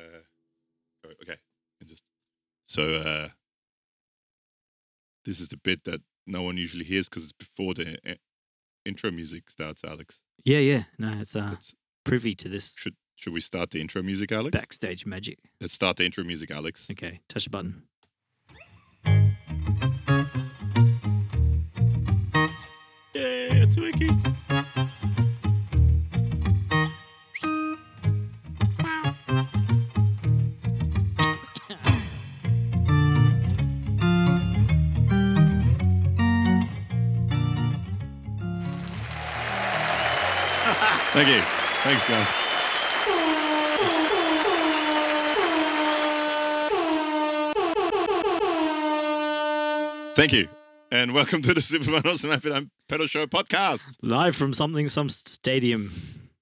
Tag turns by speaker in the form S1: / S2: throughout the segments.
S1: Uh, oh, okay. And just so uh, this is the bit that no one usually hears because it's before the uh, intro music starts. Alex,
S2: Yeah, yeah. No, it's uh,
S1: That's-
S2: privy to this
S1: should should we start the intro music, Alex?
S2: backstage magic.
S1: Let's start the intro music, Alex.
S2: Okay, touch the button.
S1: Yeah, it's working. Thank you. Thanks, guys. Thank you. And welcome to the Superman Awesome Happy Time Pedal Show podcast.
S2: Live from something, some stadium.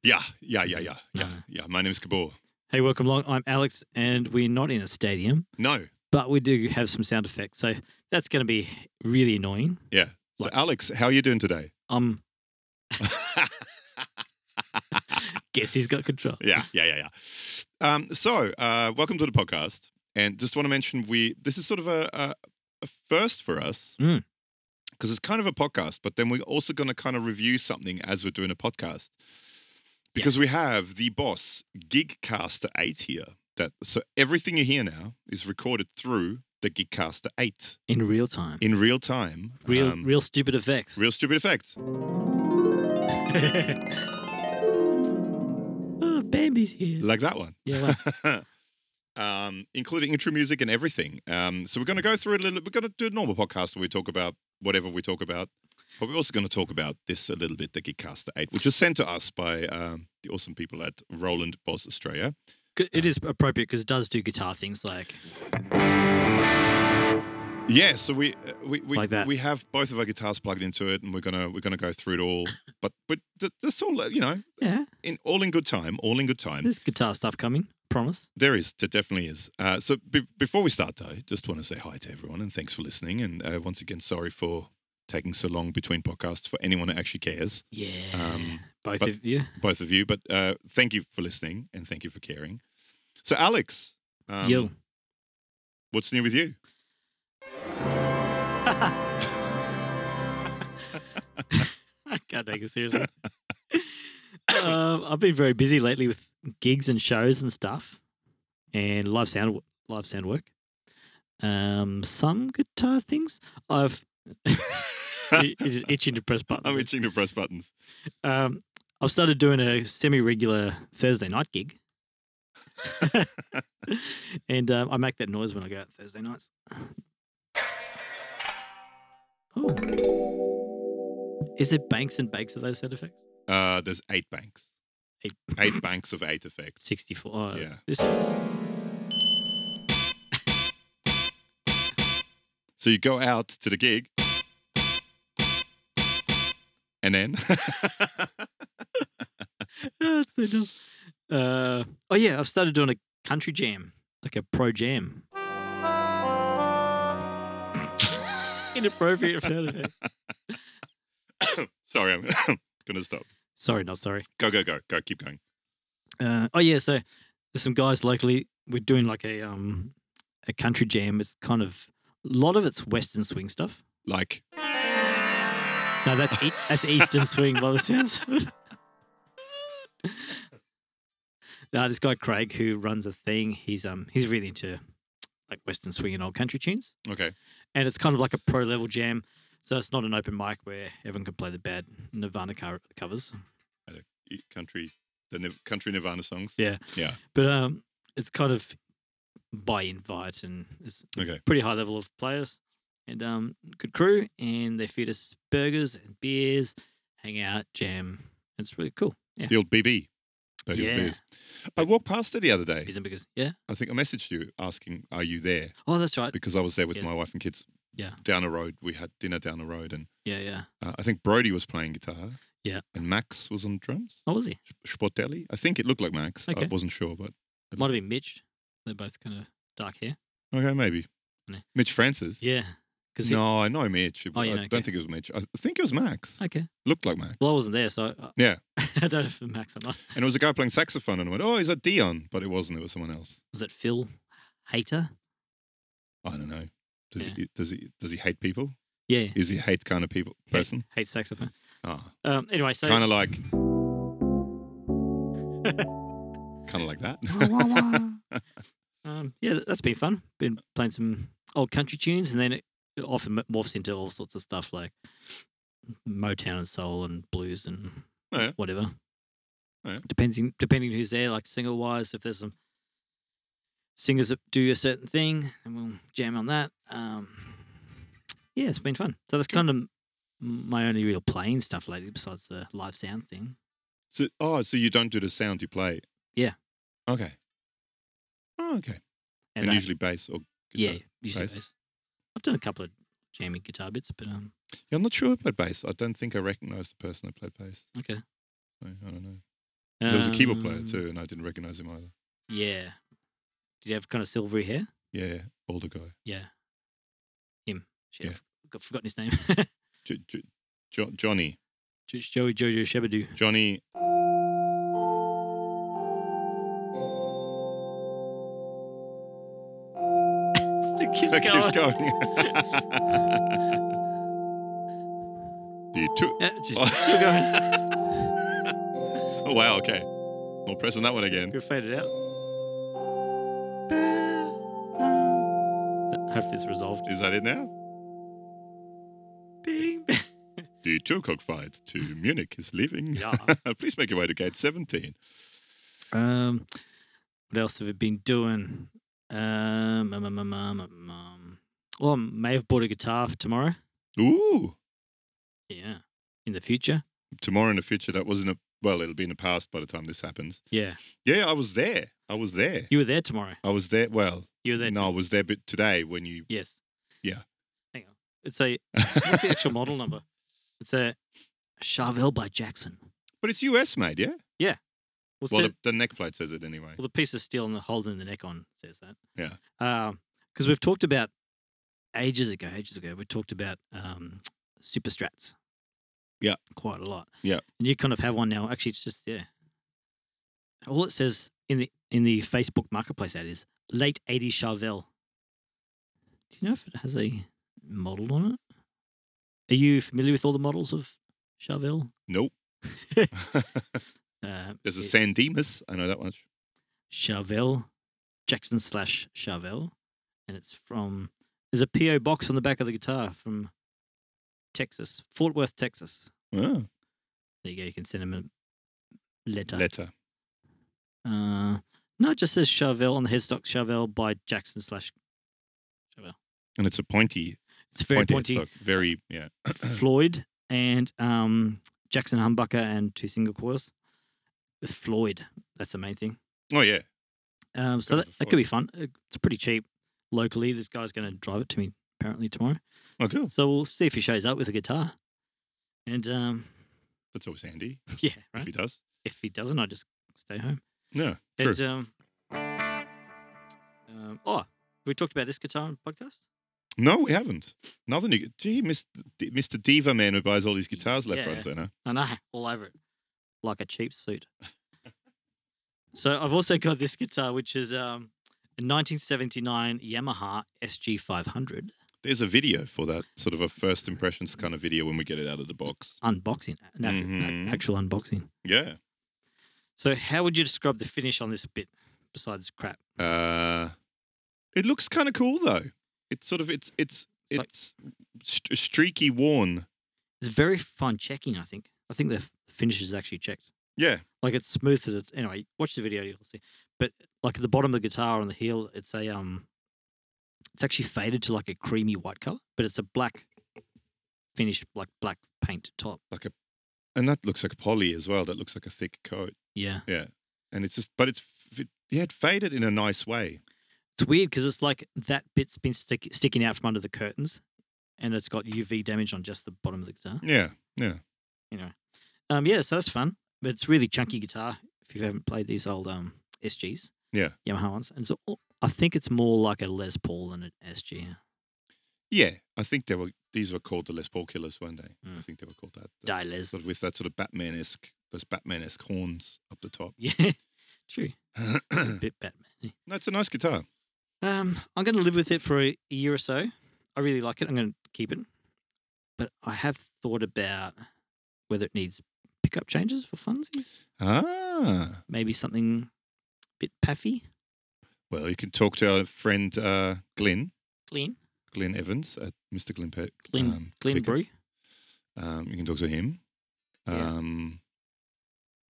S1: Yeah, yeah, yeah, yeah, yeah,
S2: No.
S1: yeah. My name's Kabor.
S2: Hey, welcome along. I'm Alex, and we're not in a stadium,
S1: No,
S2: but we do have some sound effects. So that's going to be really annoying.
S1: yeah. So,
S2: Like-
S1: Alex, how are you doing today?
S2: Um, guess he's got control.
S1: yeah, yeah, yeah, yeah. Um, so, uh, welcome to the podcast, and just want to mention we this is sort of a, a, a first for us
S2: Mm.
S1: because it's kind of a podcast, but then we're also going to kind of review something as we're doing a podcast because we have the boss Gigcaster Eight here. That so everything you hear now is recorded through the Gigcaster Eight
S2: In real time.
S1: in real time.
S2: Real,
S1: Um,
S2: real stupid effects.
S1: real stupid effect.
S2: oh, Bambi's here.
S1: like that one.
S2: Yeah, well,
S1: um, including intro music and everything. Um, so we're going to go through it a little. We're going to do a normal podcast where we talk about whatever we talk about, but we're also going to talk about this a little bit, the Geekcaster Eight, which was sent to us by um, the awesome people at Roland Boss Australia.
S2: c- it is appropriate because it does do guitar things like
S1: Yeah, so we uh, we we,
S2: Like that.
S1: we have both of our guitars plugged into it, and we're gonna we're gonna go through it all. but but th- that's all uh, you know,
S2: yeah,
S1: in all in good time, all in good time.
S2: there's guitar stuff coming. Promise.
S1: There is. There definitely is. Uh, so be- before we start, though, just want to say hi to everyone and thanks for listening. And uh, once again, sorry for taking so long between podcasts for anyone who actually cares,
S2: Yeah.
S1: Um,
S2: Both
S1: but-
S2: of you.
S1: both of you. But uh, thank you for listening and thank you for caring. So, Alex, um,
S2: Yo.
S1: what's new with you?
S2: I can't take it seriously. um, I've been very busy lately with gigs and shows and stuff, and live sound live sound work. Um, some guitar things. I've it- it's itching to press buttons.
S1: I'm itching to press buttons.
S2: um, I've started doing a semi regular Thursday night gig, and um, I make that noise when I go out Thursday nights. Oh. Is there banks and bakes of those sound effects?
S1: Uh, there's eight banks.
S2: Eight.
S1: eight banks of eight effects.
S2: 64. Oh,
S1: Yeah.
S2: This
S1: So you go out to the gig. And then
S2: Ah, it's so dumb. Uh, oh yeah, I've started doing a country jam, like a pro jam. Inappropriate sound effects.
S1: Sorry, I'm gonna stop.
S2: Sorry, not sorry.
S1: Go, go, go, go. Keep going.
S2: Uh, oh yeah, so there's some guys locally. We're doing like a um a country jam. It's kind of a lot of it's Western swing stuff.
S1: Like,
S2: No, that's e- that's Eastern swing by the sounds. of it. Nah, this guy Craig who runs a thing. He's um he's really into like Western swing and old country tunes,
S1: okay,
S2: and it's kind of like a pro level jam. So it's not an open mic where everyone can play the bad Nirvana co- covers.
S1: e, country, the Nir- country Nirvana songs.
S2: Yeah.
S1: Yeah.
S2: But um, it's kind of by invite and it's a
S1: Okay.
S2: pretty high level of players and um, good crew. And they feed us burgers and beers, hang out, jam. It's really cool. Yeah.
S1: The old BB. Those
S2: Yeah.
S1: beers. I walked past it the other day.
S2: Beers and burgers. Yeah.
S1: I think I messaged you asking, "Are you there?"
S2: Oh, that's right.
S1: Because I was there with my
S2: Yes.
S1: wife and kids.
S2: Yeah.
S1: Down the road, we had dinner down the road, and
S2: Yeah, yeah.
S1: uh, I think Brody was playing guitar.
S2: Yeah.
S1: And Max was on drums.
S2: Oh, was he?
S1: Sportelli. I think it looked like Max. I
S2: Okay.
S1: wasn't sure, but
S2: Might have been Mitch. They're both kind of dark hair.
S1: okay, maybe.
S2: No.
S1: Mitch Francis.
S2: Yeah. Because
S1: No, I know Mitch.
S2: Oh, you
S1: I
S2: know,
S1: don't
S2: okay. Oh.
S1: think it was Mitch. I think it was Max.
S2: Okay.
S1: Looked like Max.
S2: Well, I wasn't there, so I,
S1: Yeah.
S2: I don't know if Max or not.
S1: And it was a guy playing saxophone, and I went, "Oh, is that Dion?" But it wasn't. It was someone else.
S2: Was it Phil hater?
S1: I don't know. Does
S2: Yeah.
S1: he does he does he hate people?
S2: Yeah, yeah.
S1: Is he a hate kind of people person?
S2: hate saxophone.
S1: Ah,
S2: Um, anyway, so
S1: kind of like kind of like that.
S2: um, yeah, that's been fun. Been playing some old country tunes, and then it, it often morphs into all sorts of stuff like Motown and soul and blues and
S1: Oh, yeah.
S2: whatever.
S1: Oh, yeah.
S2: Depending depending who's there, like singer wise, if there's some singers that do a certain thing, and we'll jam on that. Um, yeah, it's been fun. So that's kind of my only real playing stuff lately, besides the live sound thing.
S1: so oh, so you don't do the sound you play?
S2: Yeah.
S1: Okay. Oh, okay. And,
S2: I-
S1: usually bass or
S2: Yeah,
S1: guitar.
S2: usually
S1: bass.
S2: bass. I've done a couple of jamming guitar bits, but um,
S1: Yeah, I'm not sure I played bass. I don't think I recognised the person that played bass.
S2: okay.
S1: So, I don't know. There was a keyboard player
S2: Um,
S1: too, and I didn't recognise him either.
S2: Yeah. Did you have kind of silvery hair?
S1: Yeah, yeah, older guy.
S2: Yeah. Him. Shit,
S1: Yeah.
S2: I've got, forgotten his name.
S1: J- J- jo- Johnny.
S2: Jo- Joey Jojo Shabadoo.
S1: Johnny.
S2: it keeps
S1: That keeps
S2: going.
S1: going. the two.
S2: Yeah, just, Still going.
S1: Oh, wow, okay. Not pressing that one again.
S2: We'll fade it out. So, Hope this resolved.
S1: Is that it now?
S2: Bing, bing.
S1: The two cockfight to Munich is leaving.
S2: Yeah.
S1: Please make your way to gate 17.
S2: Um, what else have I been doing? Um, um, um, um, um, um, um. well, I may have bought a guitar for tomorrow.
S1: Ooh.
S2: Yeah, in the future.
S1: Tomorrow in the future, that wasn't a. Well, it'll be in the past by the time this happens.
S2: Yeah,
S1: Yeah, I was there. I was there.
S2: you were there tomorrow.
S1: I was there. Well,
S2: You were there.
S1: no, I was there but today when you.
S2: t- yes.
S1: Yeah.
S2: Hang on. It's a. What's the actual model number? It's a Charvel by Jackson.
S1: but it's US made, yeah?
S2: Well,
S1: Well,
S2: so-
S1: the, the neck plate says it anyway.
S2: Well, the piece of steel and the holding the neck on says that.
S1: Yeah.
S2: Because we've talked about ages ago, ages ago, we talked about um, super strats.
S1: Yeah.
S2: Quite a lot.
S1: Yeah.
S2: And you kind of have one now. Actually, it's just yeah. All it says in the in the Facebook Marketplace ad is late '80s Charvel. Do you know if it has a model on it? Are you familiar with all the models of Charvel?
S1: Nope.
S2: Uh,
S1: There's a
S2: it's-
S1: San Dimas. I know that much.
S2: Charvel, Jackson slash Charvel, and it's from. There's a PO box on the back of the guitar from Texas, Fort Worth, Texas.
S1: Oh,
S2: There you go. You can send him a letter.
S1: letter.
S2: uh, no, it just says Charvel on the headstock. Charvel by Jackson slash.
S1: And it's a pointy,
S2: It's very
S1: pointy,
S2: pointy.
S1: headstock. Very, yeah.
S2: Floyd and um, Jackson humbucker and two single coils. With Floyd, that's the main thing.
S1: Oh, yeah.
S2: Um,
S1: Go
S2: so that,
S1: for
S2: that could be fun. Uh, It's pretty cheap locally. This guy's going to drive it to me apparently tomorrow.
S1: Oh,
S2: So-
S1: cool.
S2: So, we'll see if he shows up with a guitar. And um,
S1: That's always handy
S2: yeah,
S1: if
S2: right.
S1: he does.
S2: If he doesn't, I just stay home.
S1: No, true.
S2: And um, um, oh, we talked about this guitar on the podcast.
S1: No, we haven't. Nothing. You, gee, Mr. D- Mr. Diva Man who buys all these guitars left,
S2: Yeah.
S1: right, and center.
S2: I know, all over it, like a cheap suit. so I've also got this guitar, which is um, a 1979 Yamaha SG 500
S1: There's a video for that, sort of a first impressions kind of video when we get it out of the box.
S2: unboxing, an actual,
S1: Mhm.
S2: actual unboxing.
S1: Yeah.
S2: So, how would you describe the finish on this bit besides crap?
S1: Uh, it looks kind of cool though. It's sort of it's it's
S2: It's
S1: it's,
S2: like-
S1: st- streaky worn.
S2: It's very fine checking, I think. I think the f- finish is actually checked.
S1: Yeah.
S2: Like it's smooth as it. Anyway, watch the video, you'll see. But like at the bottom of the guitar on the heel, it's a um, it's actually faded to like a creamy white color, but it's a black finish, like black paint top.
S1: And that looks like poly as well. That looks like a thick coat.
S2: Yeah,
S1: And it's just, but it's f- it, yeah, it faded in a nice way.
S2: it's weird because it's like that bit's been stick- sticking out from under the curtains, and it's got UV damage on just the bottom of the guitar.
S1: Yeah. Yeah.
S2: Um, yeah, so that's fun. But it's really chunky guitar if you haven't played these old um SGs.
S1: Yeah.
S2: Yamaha ones. And so oh, I think it's more like a Les Paul than an uh, SG.
S1: Yeah. I think they were these were called the Les Paul Killers, weren't they?
S2: Mm.
S1: I think they were called that.
S2: Die Les.
S1: Sort of with that sort of Batman esque those Batman esque horns up the top.
S2: Yeah. True. It's a
S1: no,
S2: bit Batman.
S1: it's a nice guitar.
S2: Um, I'm going to live with it for a year or so. I really like it. I'm going to keep it. But I have thought about whether it needs pickup changes for funsies.
S1: Ah.
S2: Maybe something a bit paffy,
S1: Well, you can talk to our friend uh, Glenn,
S2: clean,
S1: Glenn Evans at Mr. Glenn Pe-
S2: clean,
S1: um,
S2: clean
S1: Pickups.
S2: brew.
S1: Um, you can talk to him.
S2: Yeah.
S1: Um,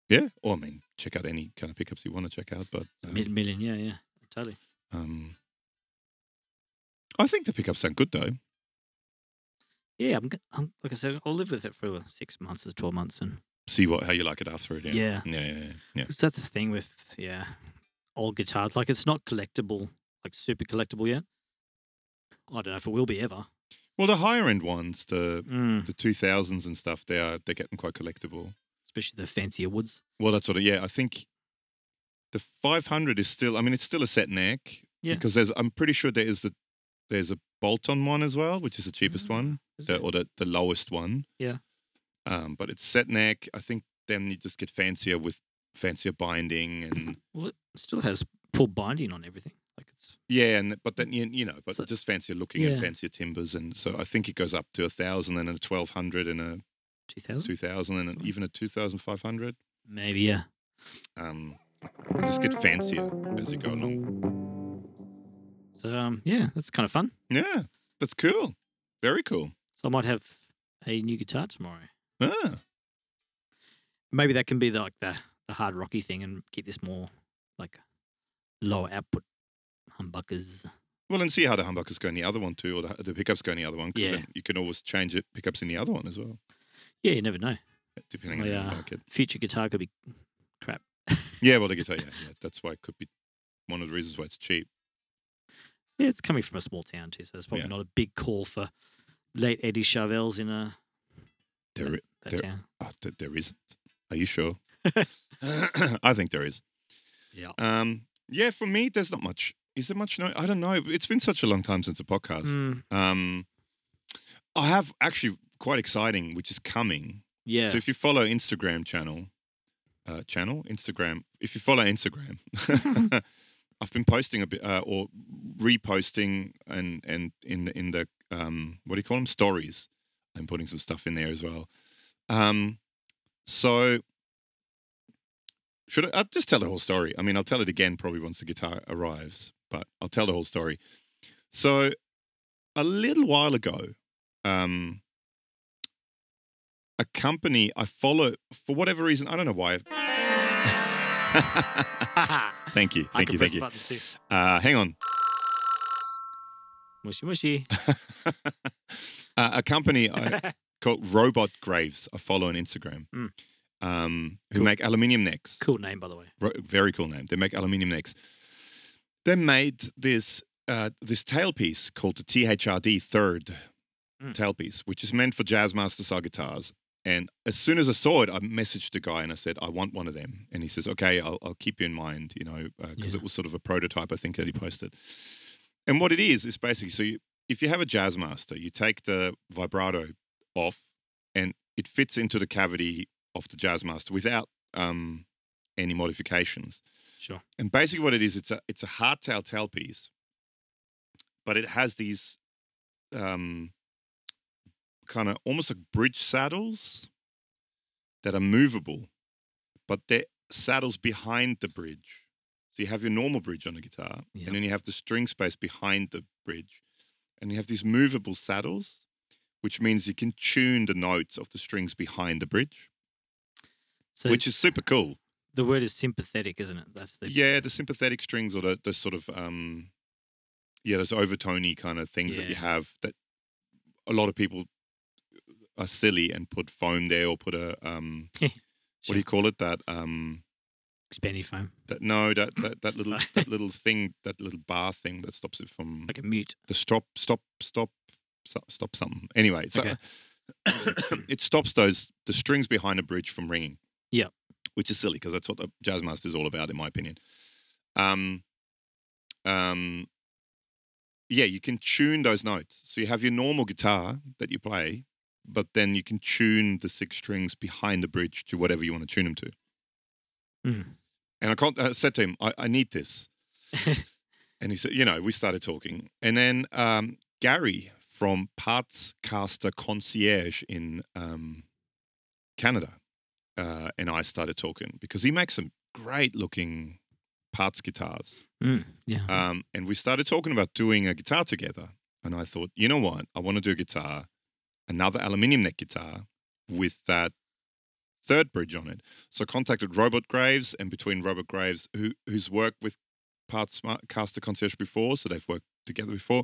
S1: yeah. Or, I mean, check out any kind of pickups you want to check out. But
S2: It's a
S1: um,
S2: mid- million, yeah, yeah, totally.
S1: um, I think the pickups sound good, though.
S2: Yeah, I'm, g- I'm like I said, I'll live with it for six months or twelve months, and
S1: See what how you like it after it.
S2: yeah,
S1: Yeah. Yeah. Yeah. yeah, yeah.
S2: 'Cause that's the thing with yeah, old guitars. Like it's not collectible, like super collectible yet. I don't know if it will be ever.
S1: Well, the higher end ones, the
S2: Mm.
S1: the two thousands and stuff, they are they're getting quite collectible.
S2: especially the fancier woods.
S1: Well, that's what. I- Yeah, I think the five hundred is still. I mean, it's still a set neck.
S2: Yeah.
S1: Because there's, I'm pretty sure there is the there's a bolt on one as well, which is the cheapest
S2: Ah,
S1: one,
S2: is
S1: the,
S2: it?
S1: or the the lowest one.
S2: Yeah.
S1: Um, but it's set neck. I think then you just get fancier with fancier binding and
S2: Well, it still has full binding on everything. Like it's
S1: yeah, and but then you, you know, but
S2: Mm. So-
S1: just fancier looking
S2: Yeah.
S1: and fancier timbers, and so I think it goes up to a thousand and a twelve hundred and a
S2: two thousand,
S1: two thousand and even a two thousand five hundred.
S2: maybe yeah.
S1: um, just get fancier as you go along.
S2: So um, yeah, that's kind of fun.
S1: Yeah, that's cool. Very cool.
S2: So I might have a new guitar tomorrow.
S1: Ah,
S2: Maybe that can be the, like the the hard rocky thing and keep this more like lower output humbuckers.
S1: well, and see how the humbuckers go in the other one too, or the, the pickups go in the other one. 'cause
S2: Yeah.
S1: then you can always change it pickups in the other one as well,
S2: Yeah, you never know.
S1: depending on
S2: Well,
S1: how
S2: yeah.
S1: you like it.
S2: Future guitar could be crap.
S1: Yeah, well, the guitar. Yeah, yeah, that's why it could be one of the reasons why it's cheap.
S2: Yeah, it's coming from a small town too, so there's probably
S1: Yeah.
S2: not a big call for late Eddie Charvels in a
S1: There, i-
S2: that
S1: There-
S2: town.
S1: oh, th- there isn't. Are you sure? I think there is.
S2: Yeah.
S1: Um, yeah, for me, there's not much. Is there much? No, I don't know. It's been such a long time since a podcast.
S2: Mm,
S1: Um, I have actually quite exciting, which is coming.
S2: yeah.
S1: So if you follow Instagram channel, uh, channel Instagram, if you follow Instagram, I've been posting a bit uh, or reposting and and in the, in the um, what do you call them stories. I'm putting some stuff in there as well. Um, so should I I'll just tell the whole story? I mean, I'll tell it again probably once the guitar arrives, but I'll tell the whole story. So a little while ago, um, a company I follow for whatever reason, I don't know why. thank you,
S2: I
S1: thank
S2: can
S1: you,
S2: press
S1: thank you.
S2: buttons too.
S1: Uh, hang on.
S2: Mushy mushy.
S1: Uh, a company I, called Robot Graves I follow on Instagram,
S2: Mm.
S1: um, who
S2: Cool.
S1: make aluminium necks.
S2: cool name, by the way.
S1: Ro- very cool name. They make aluminium necks. They made this uh, this tailpiece called the THRD third
S2: Mm.
S1: tailpiece, which is meant for jazz master style guitars. And as soon as I saw it, I messaged the guy and I said, "I want one of them." And he says, "Okay, I'll, I'll keep you in mind," you know, because
S2: Yeah.
S1: it was sort of a prototype, I think, that he posted. And what it is is basically so you, if you have a jazz master, you take the vibrato off, and it fits into the cavity of the jazz master without um, any modifications.
S2: Sure.
S1: And basically, what it is, it's a it's a hardtail tailpiece, but it has these um, kind of almost like bridge saddles that are movable, but they're saddles behind the bridge. So you have your normal bridge on the guitar,
S2: Yeah.
S1: and then you have the string space behind the bridge, and you have these movable saddles, which means you can tune the notes of the strings behind the bridge,
S2: So
S1: which is super cool.
S2: the word is sympathetic, isn't it? That's the
S1: yeah, the sympathetic strings or the, the sort of um, yeah, those overtony kind of things that you
S2: Yeah.
S1: have that a lot of people uh, are silly and put foam there or put a um, what do you call it that um
S2: expanding foam,
S1: that no that that, that little
S2: Sorry.
S1: that little thing that little bar thing that stops it from
S2: like a mute.
S1: the stop stop stop stop, stop something anyway so
S2: Okay.
S1: it stops those the strings behind a bridge from ringing
S2: Yeah.
S1: which is silly because that's what the jazz master is all about in my opinion um um yeah you can tune those notes so you have your normal guitar that you play but then you can tune the six strings behind the bridge to whatever you want to tune them to
S2: Mm.
S1: and i can't I said to him i, I need this and he said, you know, we started talking, and then um, Gary from Parts Caster Concierge in um, Canada, uh, and I started talking because he makes some great looking parts guitars.
S2: Mm, yeah.
S1: Um, and we started talking about doing a guitar together. And I thought, you know what? I want to do a guitar, another aluminium neck guitar with that third bridge on it. So I contacted Robert Graves, and between Robert Graves, who who's worked with Parts Smart Caster Concierge before, so they've worked together before.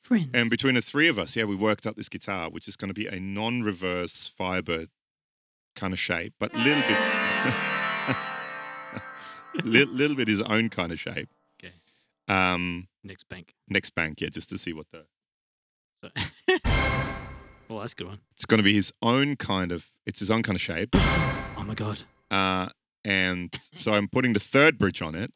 S2: Friends.
S1: And between the three of us, yeah, we worked up this guitar, which is going to be a non-reverse Firebird kind of shape, but a little bit, little, little bit his own kind of shape.
S2: Okay.
S1: Um,
S2: Next bank.
S1: next bank, yeah, just to see what the.
S2: So. well, that's a good one.
S1: It's going to be his own kind of. It's his own kind of shape.
S2: Oh my god.
S1: Uh, and so I'm putting the third bridge on it.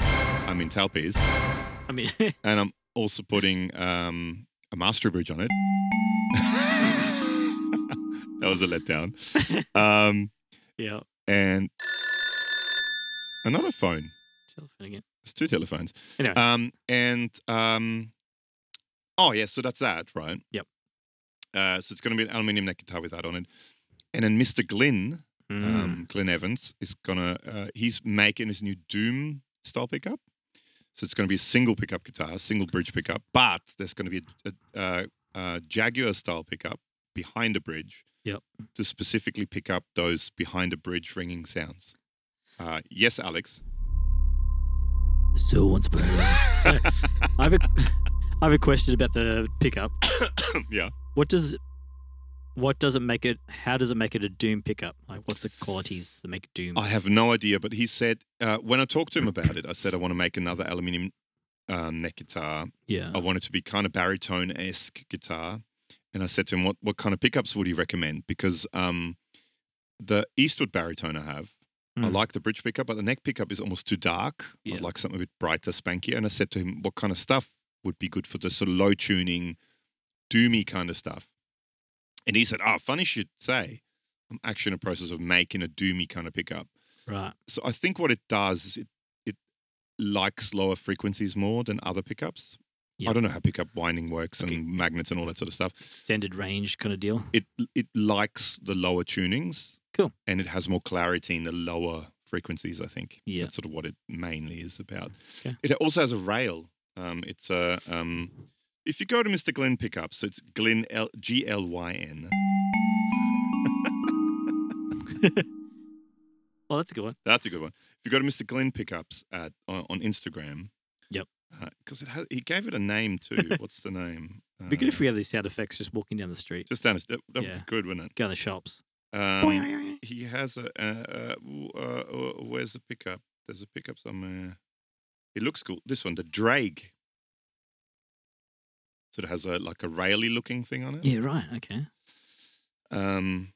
S1: I'm in Talpies,
S2: I mean,
S1: and I'm also putting um, a master bridge on it. that was a letdown. Um,
S2: yeah.
S1: and another phone.
S2: Telephone again.
S1: It's two telephones.
S2: Anyway.
S1: Um, and um, oh yeah, so that's that, right?
S2: Yep.
S1: Uh, so it's going to be an aluminium neck guitar with that on it, and then Mr. Glynn,
S2: Mm.
S1: um, Glyn Evans, is gonna uh, he's making his new Doom style pickup. So it's going to be a single pickup guitar, single bridge pickup, but there's going to be a, a, a, a Jaguar style pickup behind a bridge.
S2: Yep.
S1: To specifically pick up those behind a bridge ringing sounds. Uh, yes, Alex.
S2: So once upon a time. I have a, I have a question about the pickup.
S1: yeah.
S2: What does what does it make it how does it make it a doom pickup? Like what's the qualities that make it doom?
S1: I have no idea, but he said uh, when I talked to him about it, I said I want to make another aluminium um, neck guitar.
S2: yeah.
S1: I want it to be kind of baritone esque guitar, and I said to him, "What what kind of pickups would you recommend?" Because um, the Eastwood baritone I have, I
S2: Mm.
S1: like the bridge pickup, but the neck pickup is almost too dark.
S2: Yeah.
S1: I'd like something a bit brighter, spankier. And I said to him, "What kind of stuff would be good for the sort of low tuning, doomy kind of stuff?" And he said, "Oh, funny you should say." I'm actually in the process of making a doomy kind of pickup
S2: Right.
S1: so I think what it does is it it likes lower frequencies more than other pickups.
S2: Yeah.
S1: I don't know how pickup winding works
S2: Okay.
S1: and magnets and all that sort of stuff.
S2: Extended range kind of deal.
S1: It it likes the lower tunings.
S2: Cool.
S1: And it has more clarity in the lower frequencies. I think.
S2: Yeah.
S1: That's sort of what it mainly is about.
S2: Okay.
S1: It also has a rail. Um, it's a um, if you go to Mr. Glyn pickups, so it's Glyn L G L Y N.
S2: Well, Oh, that's a good one.
S1: That's a good one. If you go to Mr. Glenn Pickups at uh, on, on Instagram.
S2: Yep.
S1: Because it has, he gave it a name too. What's the name?
S2: It'd be good if
S1: Uh,
S2: we had these sound effects just walking down the street,
S1: just down. That would
S2: Yeah.
S1: be good, wouldn't
S2: go in the shops.
S1: it? Um, he has a. Uh, uh, w- uh, uh, where's the pickup? There's a pickup somewhere. It looks cool. This one, the Drake. So it has a like a raily looking thing on it.
S2: yeah, right. Okay.
S1: um,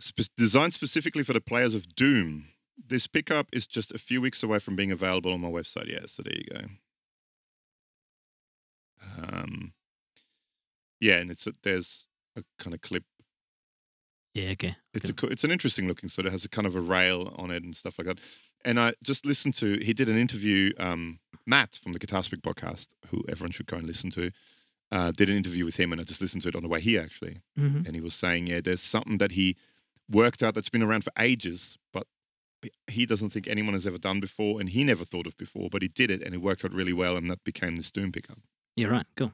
S1: spe- designed specifically for the players of Doom. This pickup is just a few weeks away from being available on my website. Yeah, so there you go. Um, yeah, and it's a, there's a kind of clip.
S2: Yeah, okay.
S1: It's a co- it's an interesting looking sort. It has a kind of a rail on it and stuff like that. And I just listened to he did an interview. Um, Matt from the Guitar Speak podcast, who everyone should go and listen to, uh, did an interview with him, and I just listened to it on the way here actually
S2: Mhm.
S1: and he was saying, yeah, there's something that he worked out that's been around for ages, but he doesn't think anyone has ever done before, and he never thought of before, but he did it, and it worked out really well, and that became this Doom pickup.
S2: Yeah, right. Cool.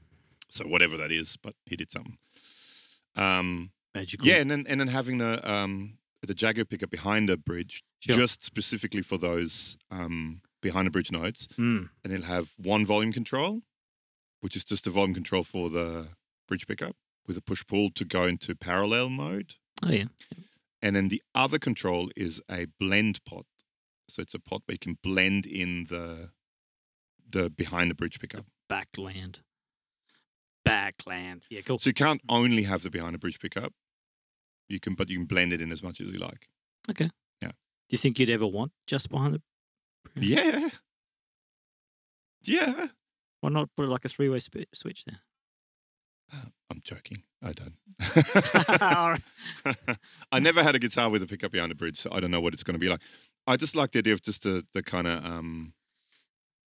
S1: So whatever that is, but he did something. Um,
S2: Magical.
S1: yeah, and then and then having the um, the Jaguar pickup behind the bridge,
S2: Sure.
S1: just specifically for those um, behind the bridge notes,
S2: Mm.
S1: and it'll have one volume control, which is just a volume control for the bridge pickup with a push pull to go into parallel mode.
S2: Oh yeah.
S1: And then the other control is a blend pot. So it's a pot where you can blend in the the behind the bridge pickup.
S2: Backland. Backland. Yeah, cool.
S1: So you can't only have the behind the bridge pickup. You can but you can blend it in as much as you like.
S2: Do you think you'd ever want just behind the?
S1: Yeah. Yeah.
S2: Why not put like a three-way sp- switch there?
S1: I'm joking. I don't.
S2: All right.
S1: I never had a guitar with a pickup behind a bridge, so I don't know what it's going to be like. I just like the idea of just the the kind of um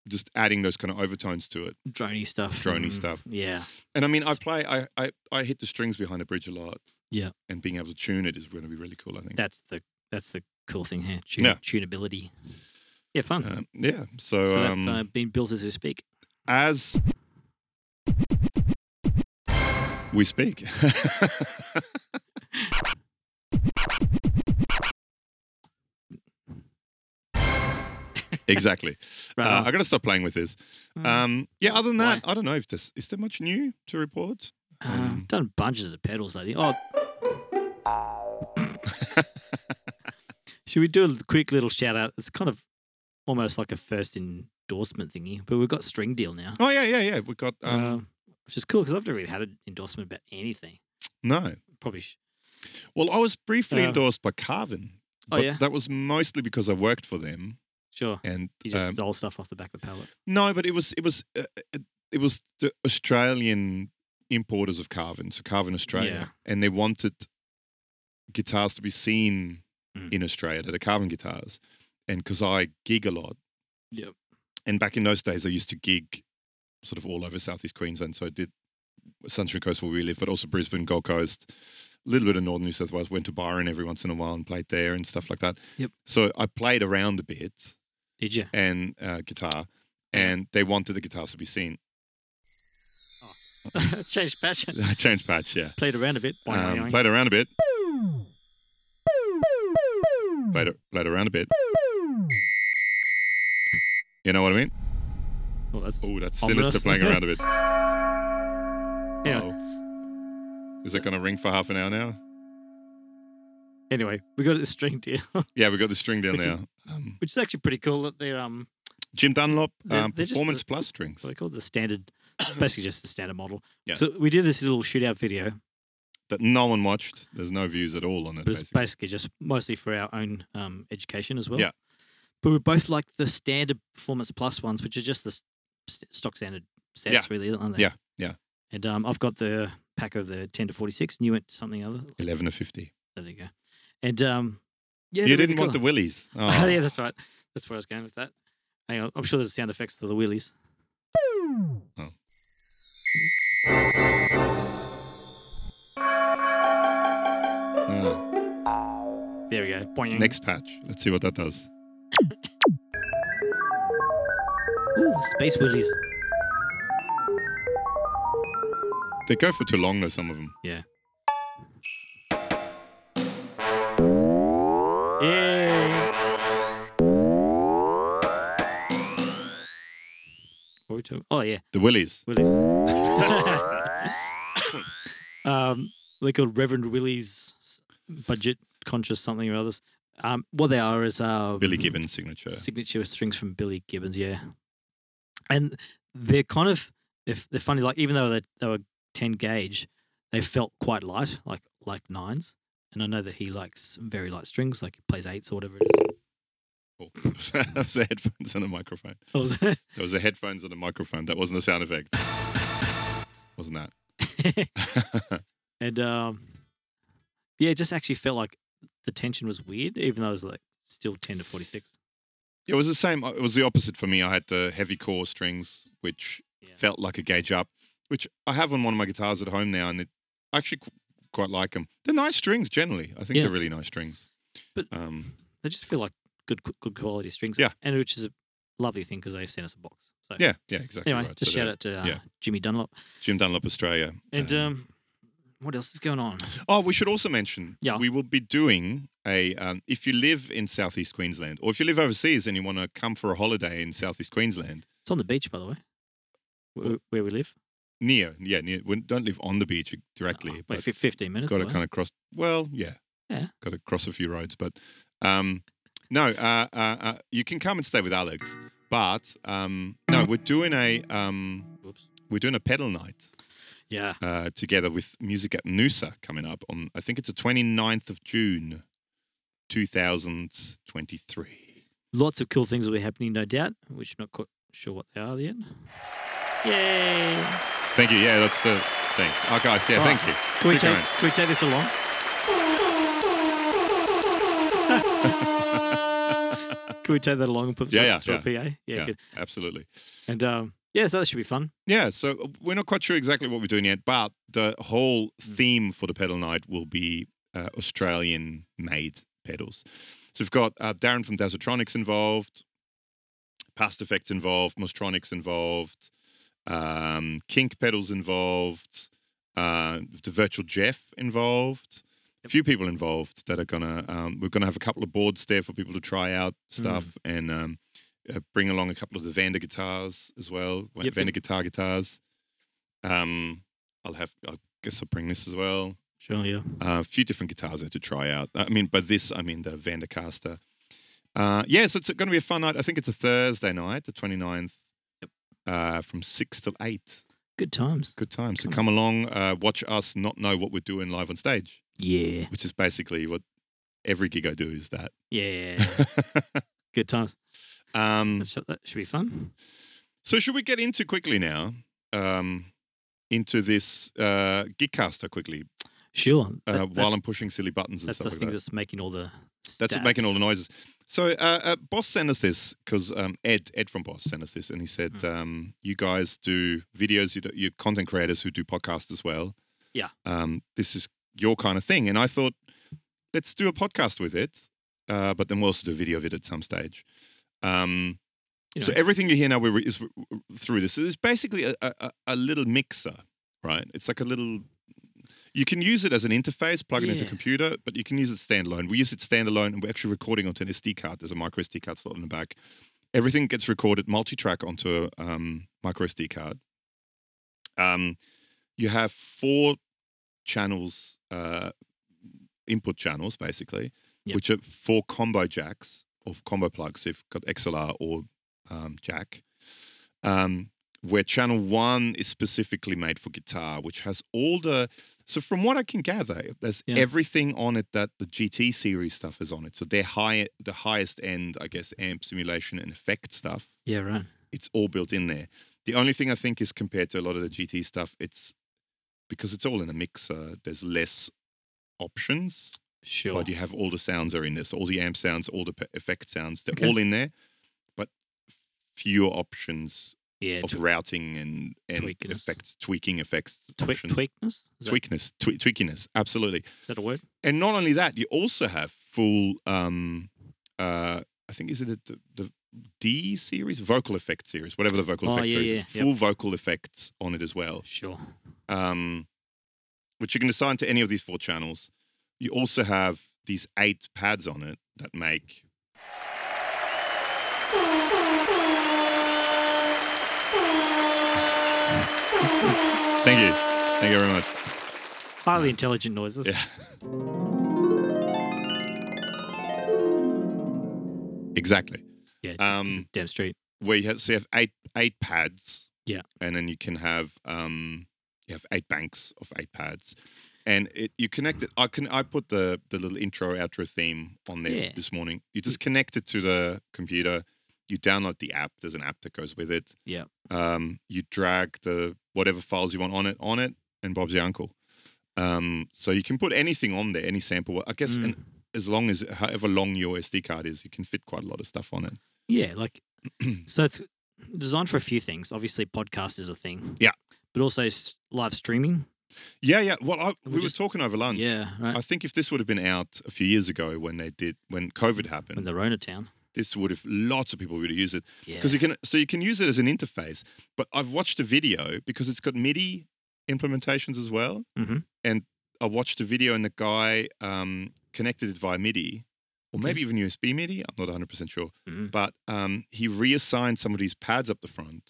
S1: just adding those kind of overtones to it.
S2: Droney stuff.
S1: Droney
S2: and-
S1: stuff.
S2: Yeah.
S1: And I mean, I play, I, I, I hit the strings behind the bridge a lot.
S2: Yeah.
S1: And being able to tune it is going to be really cool, I think.
S2: That's the that's the cool thing here. Tune,
S1: Yeah.
S2: Tunability. Yeah, fun.
S1: Um, yeah. So,
S2: so
S1: um,
S2: that's uh, been built as we speak.
S1: as we speak, exactly.
S2: Right
S1: Uh,
S2: on.
S1: I got to stop playing with this.
S2: Uh,
S1: Um, yeah. Other than that, I don't know if this is there much new to report.
S2: uh,
S1: um,
S2: done bunches of pedals lately. Oh. Should we do a quick little shout out? It's kind of almost like a first endorsement thingy, but we've got String Deal now,
S1: Oh yeah, yeah, yeah. We got um,
S2: uh, which is cool because I've never really had an endorsement about anything.
S1: no.
S2: Probably. Sh-
S1: Well, I was briefly
S2: Uh,
S1: endorsed by Carvin.
S2: Oh,
S1: but
S2: yeah?
S1: That was mostly because I worked for them,
S2: sure.
S1: and
S2: You just
S1: um,
S2: stole stuff off the back of the pallet.
S1: No, but it was it was uh, uh, it was the Australian importers of Carvin, so Carvin Australia, and they wanted guitars to be seen
S2: Mm.
S1: in Australia that are Carvin guitars, and because I gig a lot,
S2: Yep.
S1: and back in those days I used to gig sort of all over Southeast Queensland, so I did Sunshine Coast where we live, but also Brisbane, Gold Coast. A little bit of northern New South Wales. Went to Byron every once in a while and played there and stuff like that.
S2: Yep.
S1: So I played around a bit,
S2: Did you?
S1: and uh, guitar, and they wanted the guitars to be seen.
S2: Changed passion.
S1: I changed patch, yeah.
S2: Played around a bit.
S1: Um, played around a bit. Played, a- played around a bit. You know what I mean?
S2: Oh, that's,
S1: Oh, that's
S2: Ominous.
S1: sinister playing around a bit.
S2: Yeah.
S1: Uh-oh. Oh. Is it going to ring for half an hour now?
S2: Anyway, we got a string deal,
S1: Yeah, we got the string down
S2: Which is-
S1: now. Um,
S2: which is actually pretty cool. That they're um,
S1: Jim Dunlop,
S2: They're-
S1: um,
S2: they're just uh,
S1: Performance
S2: the-
S1: Plus strings.
S2: what they call the standard, basically just the standard model.
S1: Yeah.
S2: So we did this little shootout video,
S1: That no one watched. There's no views at all on it.
S2: but it's
S1: basically.
S2: basically just mostly for our own um, education as well.
S1: Yeah.
S2: But we both like the standard performance plus ones, which are just the s- st- stock standard sets,
S1: Yeah.
S2: really, aren't they?
S1: Yeah, yeah.
S2: And um, I've got the pack of the ten to forty six, and you went to something other.
S1: 11 to 50.
S2: There you go. And um, yeah,
S1: you
S2: they're really
S1: didn't want
S2: cool.
S1: the willies.
S2: Oh.
S1: Oh.
S2: yeah, that's right. That's where I was going with that. Hang on, I'm sure there's sound effects to the wheelies.
S1: Oh. Oh.
S2: There we go. Boing.
S1: Next patch. Let's see what that does.
S2: Ooh, space wheelies.
S1: They go for too long though. Some of them.
S2: Yeah. What were we talking- Oh yeah,
S1: The willies.
S2: willies. um, they're called Reverend Willie's budget conscious something or others. Um, what they are is uh,
S1: Billy Gibbons signature.
S2: signature strings from Billy Gibbons, yeah. And they're kind of they're, f- they're funny. Like even though they, they were ten gauge, they felt quite light, like like nines. And I know that he likes very light strings, like he plays eights or whatever it is.
S1: Cool. Oh, that was the headphones and a microphone.
S2: What was that?
S1: That was the headphones and a microphone. That wasn't the sound effect. Wasn't that?
S2: and um, yeah, it just actually felt like the tension was weird, even though it was like still ten to forty six.
S1: Yeah, it was the same. It was the opposite for me. I had the heavy core strings, which
S2: Yeah.
S1: felt like a gauge up, which I have on one of my guitars at home now, and it, I actually qu- quite like them. They're nice strings generally. I think
S2: Yeah.
S1: they're really nice strings.
S2: But-
S1: um,
S2: They just feel like good good quality strings.
S1: Yeah.
S2: and which is a lovely thing because they sent us a box. So
S1: yeah, yeah, exactly.
S2: Anyway,
S1: right.
S2: just
S1: So
S2: shout
S1: they're-
S2: out to uh,
S1: yeah.
S2: Jimmy Dunlop.
S1: Jim Dunlop Australia.
S2: And
S1: Um,
S2: um, what else is going on?
S1: Oh, we should also mention.
S2: Yeah.
S1: We will be doing a. Um, if you live in Southeast Queensland, or if you live overseas and you want to come for a holiday in Southeast Queensland,
S2: It's on the beach, by the way, where, where we live.
S1: near, yeah, near. We don't live on the beach
S2: Oh,
S1: directly,
S2: wait,
S1: but
S2: fif- fifteen minutes.
S1: got to
S2: away.
S1: kind of cross. Well, yeah.
S2: Yeah.
S1: Got to cross a few roads, but um, no. Uh, uh, uh, you can come and stay with Alex, but um, no,
S2: Mm-hmm.
S1: we're doing a um,
S2: Whoops.
S1: we're doing a pedal night.
S2: Yeah,
S1: uh, together with Music at Noosa coming up on, I think it's the 29th of June, 2023.
S2: lots of cool things will be happening, no doubt. Which not quite sure what they are yet. Yay!
S1: Thank you. Yeah, that's the thanks. Oh, guys, yeah,
S2: All
S1: thank
S2: right.
S1: you.
S2: Can we
S1: Keep
S2: take
S1: going.
S2: can we take this along? Can Can we take that along and put
S1: Yeah, yeah,
S2: through, through a PA? Yeah,
S1: Yeah.
S2: good.
S1: Absolutely.
S2: And um, yeah, so that should be fun.
S1: Yeah, so uh, we're not quite sure exactly what we're doing yet, but the whole theme for the pedal night will be uh, Australian made pedals. So we've got uh, Darren from Dazotronics involved, Past Effects involved, Mostronics involved, um, Kink pedals involved, uh, the Virtual Jeff involved. A few people involved that are gonna. Um, we're gonna have a couple of boards there for people to try out stuff, and um, uh, bring along a couple of the Vander guitars as well. Wa-
S2: Yep,
S1: Vander guitar guitars. Um, I'll have. I guess I'll bring this as well.
S2: Sure, yeah.
S1: Uh, a few different guitars there to try out. I mean, by this I mean the Vandercaster. Uh, yeah, so it's going to be a fun night. I think it's a Thursday night, the 29th,
S2: Yep.
S1: uh, from six till eight.
S2: Good times.
S1: Good time. So
S2: Come
S1: come along, uh, watch us not know what we're doing live on stage,
S2: Yeah.
S1: which is basically what every gig I do is that.
S2: Yeah. good times.
S1: um,
S2: That should, that should be fun.
S1: So should we get into quickly now? Um, into this uh, Gigcaster quickly
S2: Sure.
S1: uh,
S2: That-
S1: while
S2: that's-
S1: I'm pushing silly buttons and
S2: That's the
S1: stuff
S2: thing
S1: like that.
S2: that's making all the.
S1: That's what making all the
S2: stats.
S1: noises. So uh, uh, Boss sent us this because um, Ed Ed from Boss sent us this, and he said,
S2: Mm.
S1: um, "You guys do videos, you do, you're content creators who do podcasts as well.
S2: Yeah.
S1: um, this is your kind of thing." And I thought, let's do a podcast with it, uh, but then we'll also do a video of it at some stage. Um,
S2: You
S1: So
S2: know.
S1: everything you hear now we're re- is re- re- through this. It's basically a, a, a- a little mixer, right? It's like a little. You can use it as an interface, plug it into a
S2: Yeah.
S1: computer, but you can use it standalone. We use it standalone, and we're actually recording onto an SD card. There's a micro SD card slot in the back. Everything gets recorded multi-track onto a um, micro SD card. Um, you have four channels, uh, input channels, basically,
S2: Yep.
S1: which are four combo jacks or combo plugs. If you've got XLR or um, jack, um, where channel one is specifically made for guitar, which has all the. So from what I can gather, there's
S2: Yeah.
S1: everything on it that the GT series stuff is on it. So they're high, the highest end, I guess, amp simulation and effect stuff
S2: Yeah, right.
S1: it's all built in there. The only thing I think is compared to a lot of the GT stuff, it's because it's all in a mixer, there's less options,
S2: Sure.
S1: but you have all the sounds are in there. So all the amp sounds, all the pe- effect sounds, they're
S2: Okay.
S1: all in there, but fewer options
S2: yeah.
S1: of routing and, and
S2: tweakiness.
S1: effects, tweaking effects.
S2: Twi-
S1: options.
S2: tweakness? Is that,
S1: tweakiness, twe- tweakiness, absolutely.
S2: that a word?
S1: And not only that, you also have full, um, uh, I think, is it the, the D series, vocal effect series, whatever the vocal
S2: Oh,
S1: effect
S2: yeah,
S1: series,
S2: yeah,
S1: full vocal effects on it as well,
S2: Sure.
S1: um, which you can assign to any of these four channels. You also have these eight pads on it that make. Thank you. Thank you very much.
S2: Highly intelligent noises.
S1: Yeah. Exactly.
S2: Yeah, d-
S1: Um,
S2: d- damn straight.
S1: Where you have, so you have eight eight pads.
S2: Yeah.
S1: And then you can have um you have eight banks of eight pads. And it you connect it. I can I put the the little intro outro theme on there
S2: Yeah.
S1: this morning. You just connect it to the computer. You download the app. There's an app that goes with it.
S2: Yeah.
S1: Um, you drag the whatever files you want on it on it, and Bob's your uncle. Um, so you can put anything on there, any sample. I guess,
S2: Mm.
S1: and as long as however long your SD card is, you can fit quite a lot of stuff on it.
S2: Yeah, like so it's designed for a few things. Obviously, podcast is a thing.
S1: Yeah.
S2: but also s- live streaming.
S1: Yeah, yeah. Well, I, we,
S2: We
S1: were
S2: just-
S1: talking over lunch.
S2: Yeah, right.
S1: I think if this would have been out a few years ago when they did when COVID happened,
S2: In the Rona town.
S1: this would have lots of people would have used it
S2: Yeah,
S1: because you can so you can use it as an interface. But I've watched a video because it's got MIDI implementations as well,
S2: Mhm.
S1: and I watched a video and the guy um, connected it via MIDI or
S2: Okay.
S1: maybe even USB MIDI. I'm not 100 percent sure,
S2: Mhm.
S1: but um, he reassigned some of these pads up the front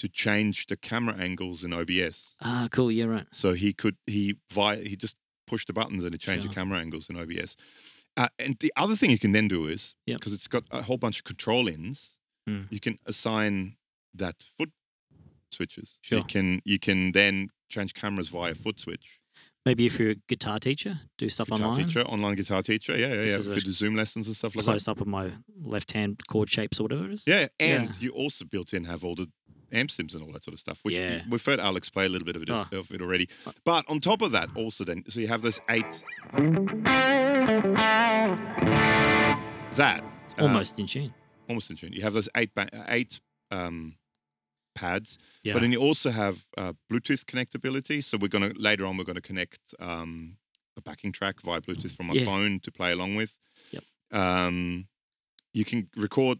S1: to change the camera angles in OBS.
S2: ah, cool. Yeah, right.
S1: So he could he via he just pushed the buttons and it changed the
S2: Sure.
S1: camera angles in OBS. Uh, and the other thing you can then do is
S2: Yep.
S1: because it's got a whole bunch of control ins,
S2: Hmm.
S1: you can assign that foot switches. You
S2: Sure.
S1: can you can then change cameras via foot switch.
S2: Maybe if you're a guitar teacher, do stuff
S1: Guitar
S2: online.
S1: teacher, online guitar teacher. Yeah, yeah,
S2: This
S1: yeah.
S2: is a-
S1: Could do Zoom lessons and stuff like that.
S2: Close up of my left hand chord shapes or whatever it is.
S1: Yeah, and
S2: Yeah.
S1: you also built in have all the amp sims and all that sort of stuff, which
S2: Yeah.
S1: we've heard Alex play a little bit of it,
S2: Ah.
S1: of it already. But on top of that, also then, so you have this eight. That
S2: It's almost in tune.
S1: almost in tune. You have those eight ba- eight um, pads,
S2: Yeah.
S1: but then you also have uh, Bluetooth connectability. So we're gonna later on we're gonna connect um, a backing track via Bluetooth from my
S2: Yeah.
S1: phone to play along with.
S2: Yep.
S1: Um, you can record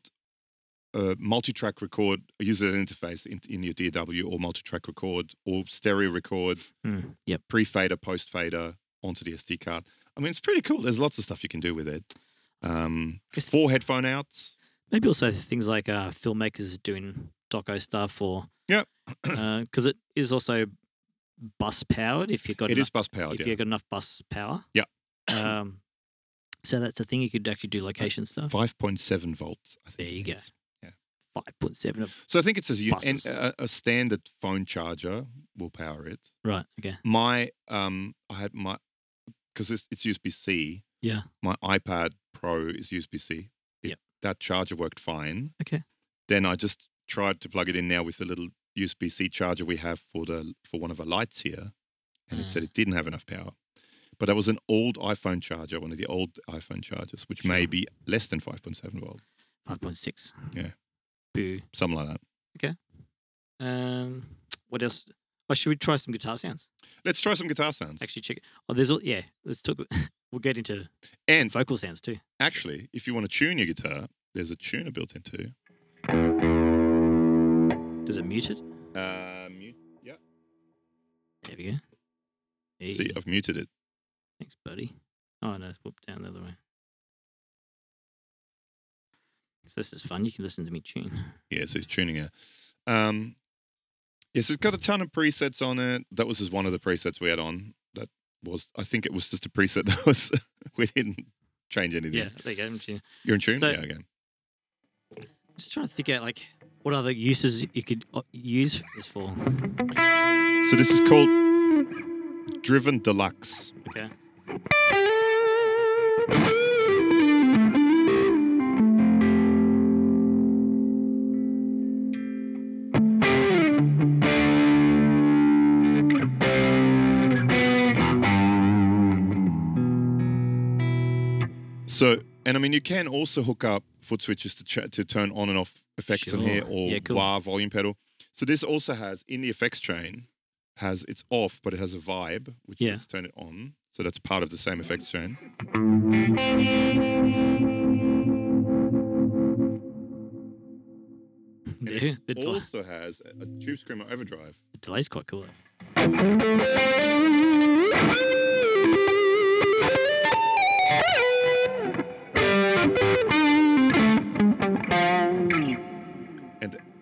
S1: uh, multi-track record, use that interface in, in your DAW or multi-track record or stereo record,
S2: Mm, yep.
S1: pre-fader, post-fader onto the SD card. I mean, it's pretty cool. There's lots of stuff you can do with it. Um,
S2: It's-
S1: four headphone outs.
S2: Maybe also things like uh, filmmakers doing doco stuff or
S1: Yep.
S2: because it is also bus powered if you've got
S1: It
S2: enough,
S1: is bus powered.
S2: if
S1: Yeah.
S2: you've got enough bus power.
S1: Yeah.
S2: Um, so that's the thing you could actually do location stuff.
S1: Five point seven volts. I think
S2: There you
S1: it
S2: go.
S1: is.
S2: Five point seven. Of,
S1: So I think it's a, u- an,
S2: Buses.
S1: a, a standard phone charger will power it.
S2: right. Okay.
S1: My um, I had my because it's, it's USB C.
S2: Yeah.
S1: My iPad Pro is USB C.
S2: Yep.
S1: That charger worked fine.
S2: Okay.
S1: Then I just tried to plug it in now with the little USB C charger we have for the for one of our lights here, and it
S2: Ah.
S1: said it didn't have enough power. But that was an old iPhone charger, one of the old iPhone chargers, which may
S2: Sure.
S1: be less than five point seven volt,
S2: Five point six.
S1: Yeah.
S2: Boo.
S1: something like that.
S2: Um, what else? Oh, should we try some guitar sounds?
S1: Let's try some guitar sounds.
S2: Actually, check. Oh, there's all. Yeah. Let's talk. we'll get into
S1: and
S2: vocal sounds too.
S1: Actually, if you want to tune your guitar, there's a tuner built into.
S2: Does it mute it?
S1: Uh, mute.
S2: There we go. Hey,
S1: See, I've muted it.
S2: thanks, buddy. Oh no, whoop down the other way. So this is fun. You can listen to me tune.
S1: Yeah, so it's tuning it. Um, yes, it's got a ton of presets on it. That was just one of the presets we had on. That was, I think it was just a preset that was, we didn't change anything.
S2: Yeah, there you go. I'm tuning.
S1: You're in tune?
S2: So-
S1: yeah, again.
S2: Just trying to think out like what other uses you could uh, use this for.
S1: So this is called Driven Deluxe.
S2: Okay.
S1: So, and I mean, you can also hook up foot switches to, ch- to turn on and off effects in
S2: Sure.
S1: here or
S2: Yeah, cool.
S1: wah volume pedal. So this also has in the effects chain has it's off, but it has a vibe which
S2: Yeah.
S1: lets turn it on. So that's part of the same effects chain.
S2: Yeah, the, del-
S1: Also has a, a tube screamer overdrive.
S2: the delay's quite cool.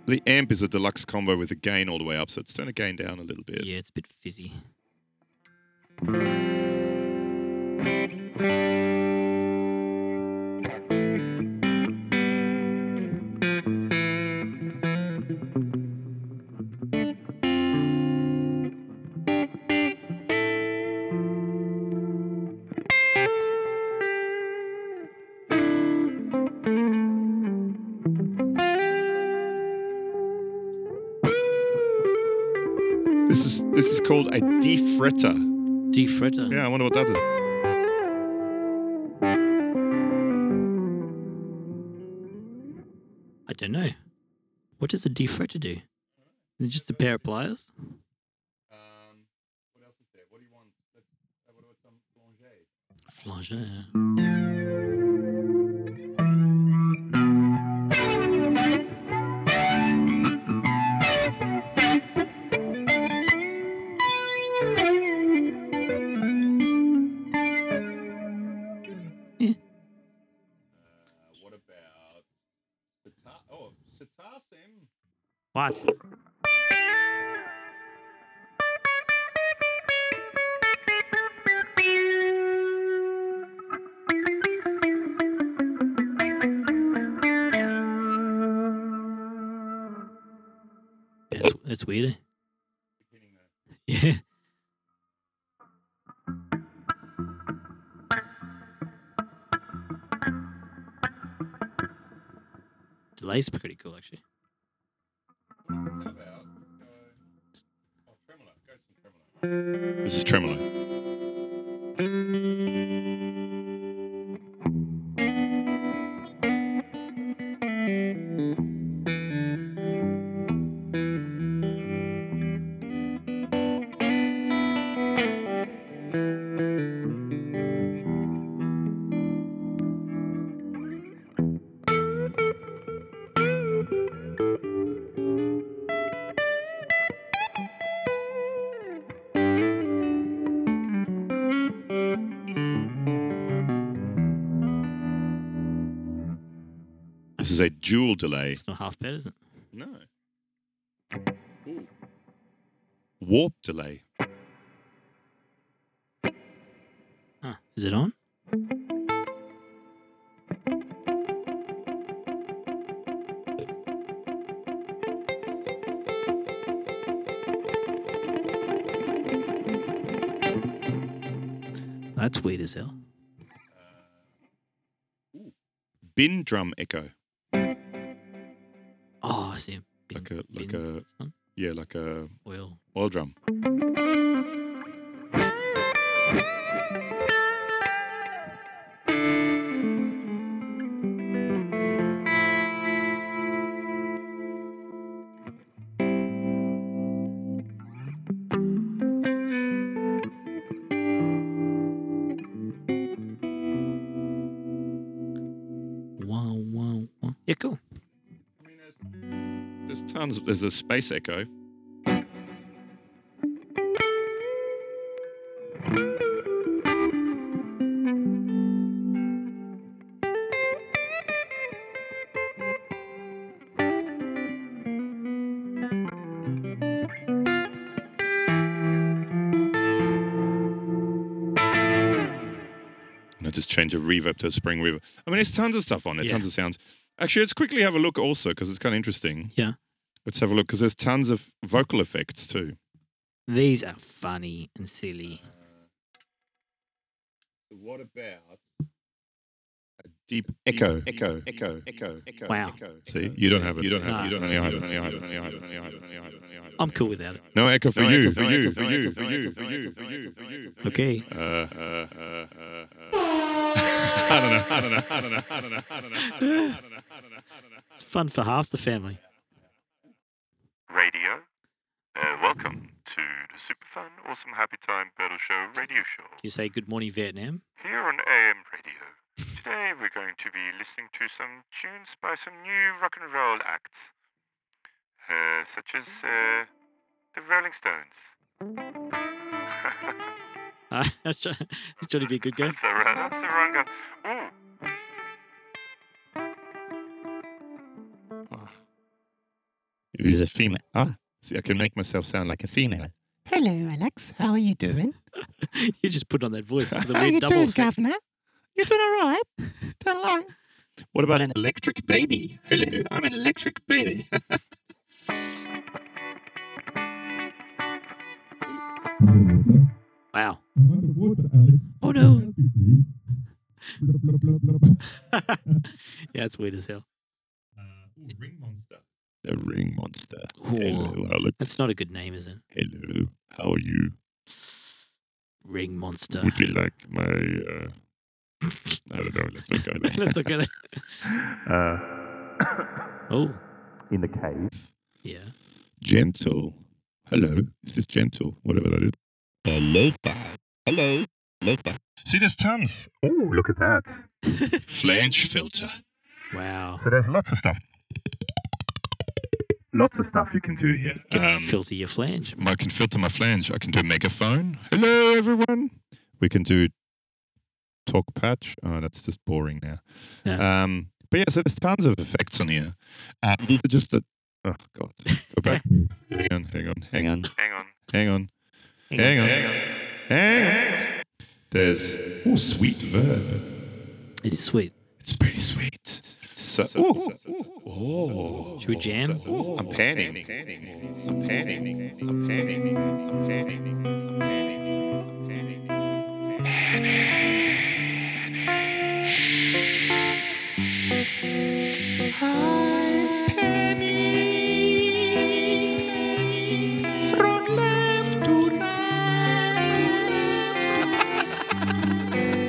S1: The amp is a deluxe combo with a gain all the way up, so it's turn the gain down a little
S2: Yeah.
S1: bit.
S2: it's a bit fizzy.
S1: This is this is called a
S2: Um,
S1: defretter.
S2: D fretter.
S1: Yeah, I wonder what that is.
S2: I don't know. What does a D fretter do? Is it just a pair of pliers?
S1: Um, what else is there? What do you want? Let's, uh, what about some flanger?
S2: Flanger.
S1: Uh, what about sitar? Oh, sitar sim.
S2: What? That's, that's weird. eh? Yeah. Delay's pretty cool, actually.
S1: oh, This is tremolo. is a dual delay.
S2: It's not half bad, is it?
S1: No. Ooh. Warp delay.
S2: Huh. Is it on? That's weird as hell.
S1: Bin drum echo.
S2: Oh, I see. him. Bin-
S1: Like a like
S2: bin-
S1: a
S2: it's not
S1: yeah, like a
S2: oil.
S1: oil drum.
S2: Wow, wow, wow. Yeah, cool.
S1: I mean, there's, there's tons. There's a space echo. And I just change a reverb to a spring reverb. I mean, there's tons of stuff on there,
S2: Yeah.
S1: tons of sounds. Actually, let's quickly have a look also because it's kind of interesting.
S2: Yeah.
S1: Let's have a look because there's tons of vocal effects too.
S2: These are funny and silly.
S1: What about a deep echo? Echo, echo, echo, echo.
S2: Wow.
S1: See, you don't have it. You don't
S2: have it.
S1: You don't have it.
S2: I'm cool without it.
S1: No echo for you. For you. For you. For you. For you. For you. For you.
S2: Okay.
S1: Uh, uh, uh, uh, uh. I don't know. I don't know. I don't know. I don't know. I don't know. I don't know. I don't know. I don't know. I don't know.
S2: It's fun for half the family.
S3: Radio. Uh, welcome to the super fun, awesome, happy time battle show radio show
S2: You say good morning, Vietnam.
S3: here on AM Radio. Today we're going to be listening to some tunes by some new rock and roll acts, uh, such as uh, the Rolling Stones.
S2: Uh, that's, jo- that's Johnny B. Good guy.
S3: That's a ra- that's a wrong uh, one. Ooh,
S1: It is a female. Ah, see, I can make myself sound like a female.
S4: Hello, Alex. How are you doing?
S2: You just put on that voice with the
S4: How you
S2: weird double
S4: Oh, doing,
S2: effect.
S4: Governor? You doing all right? Doing all right?
S1: What about an electric baby? Hello, I'm an electric baby.
S2: Wow.
S5: I'm underwater, Alex.
S2: Oh, no.
S5: Help you, please. Blah, blah, blah, blah, blah.
S2: Yeah, it's weird as hell.
S1: ring monster. The ring monster.
S2: Ooh.
S1: Hello, Alex.
S2: That's not a good name, is it?
S1: Hello. How are you?
S2: Ring monster.
S1: Would you like my? Uh... I don't know. Let's not go there.
S2: Let's look at that.
S1: Uh,
S2: Oh,
S3: in the cave.
S2: yeah.
S1: gentle. Hello. This is gentle. Whatever that is. Hello. Hello. Lopa. See, there's tons.
S3: Ooh, look at that.
S1: Flange filter.
S2: Wow.
S3: So there's lots of stuff. Lots of stuff you can do here. Uh,
S2: Can
S1: Um,
S2: filter your flange.
S1: I can filter my flange. I can do megaphone. Hello, everyone. We can do talk patch. Oh, that's just boring now.
S2: Yeah.
S1: Um, but yeah, so there's tons of effects on here. Uh, these are just a, oh god, go back. hang on, hang on, hang on,
S3: Hang on.
S1: hang on, hang on, hang on. There's oh sweet verb.
S2: It is sweet.
S1: It's pretty sweet. So, ooh, oh,
S2: Should we jam?
S1: I'm panning. I'm panning. I'm panning. I'm panning. I'm panning. I'm panning.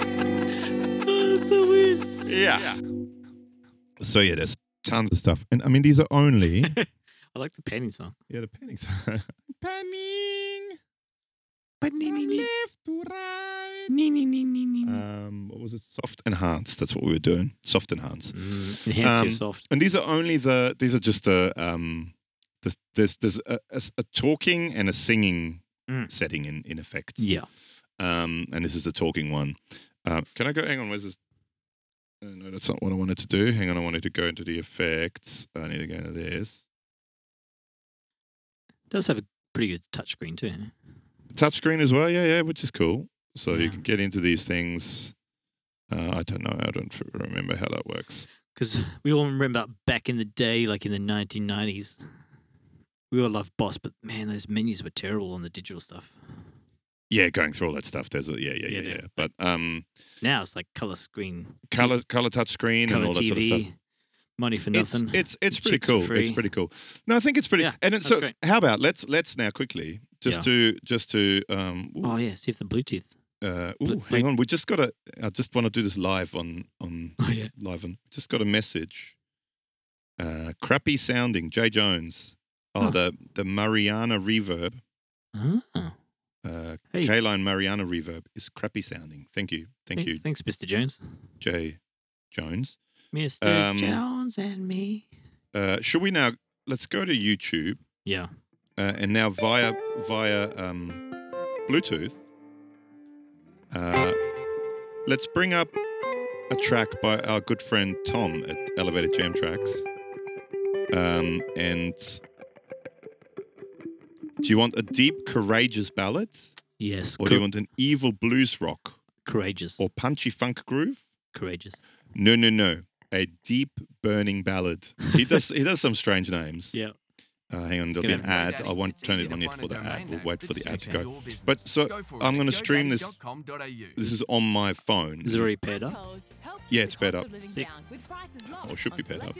S2: Oh, that's so weird.
S1: Yeah. So yeah, there's tons of stuff, and I mean these are only
S2: I like the panning song.
S1: yeah the pannings. panning left to right.
S2: Mm,
S1: Um, what was it? Soft enhanced. That's what we were doing. Soft enhanced.
S2: Enhance your
S1: Um,
S2: soft.
S1: And these are only the. These are just the. Um, there's there's, there's a, a, a talking and a singing
S2: Mm.
S1: setting in in effects.
S2: Yeah.
S1: Um, and this is the talking one. Uh, can I go? Hang on. Where's this? Uh, no, that's not what I wanted to do. Hang on, I wanted to go into the effects. I need to go into this.
S2: does have a pretty good touchscreen too.
S1: touchscreen as well. Yeah, yeah, which is cool. So you
S2: Yeah.
S1: can get into these things. Uh, I don't know. I don't f- remember how that works.
S2: Because we all remember back in the day, like in the 1990s, we all loved Boss, but man, those menus were terrible on the digital stuff.
S1: Yeah, going through all that stuff. There's a, yeah, yeah,
S2: Yeah,
S1: yeah, yeah.
S2: yeah.
S1: But um,
S2: Now it's like color screen,
S1: color, color touchscreen, and
S2: color
S1: all that
S2: TV,
S1: sort of stuff.
S2: money for
S1: It's
S2: nothing.
S1: it's, it's pretty
S2: Chicks for
S1: cool. It's
S2: free.
S1: pretty cool. No, I think it's pretty.
S2: Yeah,
S1: and it's
S2: that's
S1: so
S2: great.
S1: how about let's let's now quickly just
S2: Yeah.
S1: to just to um. ooh,
S2: oh yeah, see if the Bluetooth.
S1: uh,
S2: Bl-
S1: ooh, hang on, we just got a. I just want to do this live on on
S2: Oh yeah,
S1: live on. Just got a message. Uh, crappy sounding. Jay Jones. Oh,
S2: Oh.
S1: the the Mariana reverb.
S2: oh,
S1: Uh,
S2: Hey.
S1: K Line Mariana reverb is crappy sounding. Thank you, thank
S2: thanks,
S1: you,
S2: thanks, Mr. Jones,
S1: Jay Jones.
S2: Mr.
S1: Um,
S2: Jones and me.
S1: Uh, should we now? Let's go to YouTube
S2: Yeah,
S1: uh, and now via via um, Bluetooth. Uh, let's bring up a track by our good friend Tom at Elevated Jam Tracks. Um, and do you want a deep, courageous ballad,
S2: yes,
S1: or
S2: cou-
S1: do you want an evil blues rock
S2: courageous,
S1: or punchy funk groove?
S2: courageous.
S1: No, no, no. A deep burning ballad. He does. he does some strange names.
S2: Yeah.
S1: Uh, hang on,
S6: It's
S1: there'll be an
S6: gonna-
S1: ad. I won't
S6: It's
S1: turn
S6: easy
S1: it
S6: to
S1: on yet
S6: find
S1: for
S6: a
S1: the ad.
S6: domain
S1: We'll
S6: name
S1: wait for
S6: that
S1: the ad
S6: suits
S1: to go.
S6: your business.
S1: But so
S6: Go for
S1: I'm
S6: it
S1: gonna
S6: at
S1: stream this-
S6: GoDaddy.com.au.
S1: This is on my phone,
S2: Is it already paired up?
S1: Yeah, it's paired up.
S2: Sick.
S1: or should be paired up,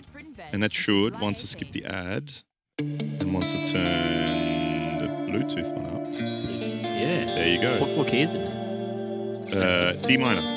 S1: and that should once I skip the ad, and once I turn the Bluetooth one up.
S2: Yeah.
S1: There you go.
S2: What, what key is it? in?
S1: Uh, D minor.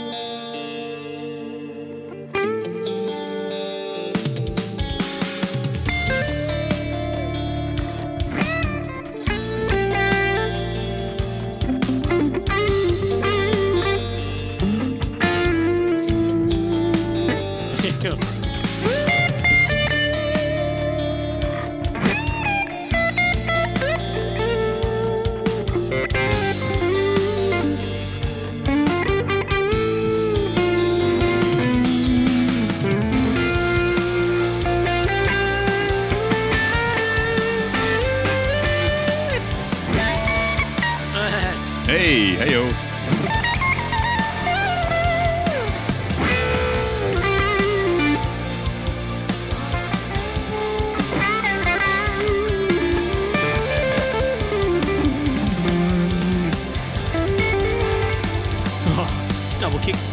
S1: Hey, hey yo.
S2: Oh, double kicks.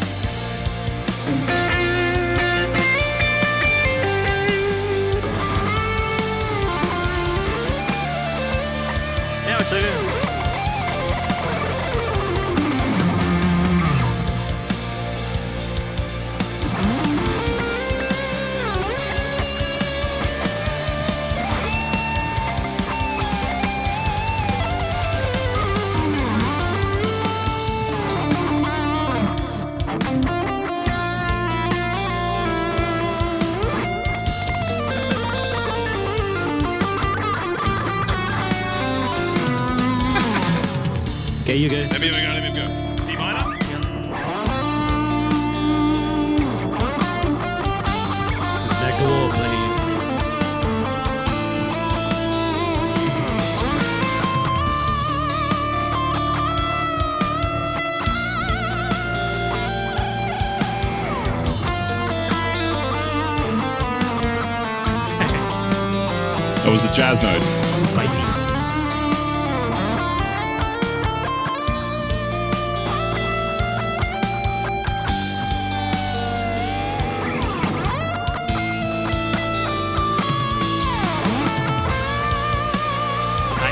S2: Now it's over. Okay, you go.
S1: Let me have a go. Let me have a go. D minor.
S2: This is Snack Wall, lady.
S1: That was a jazz note.
S2: Spicy.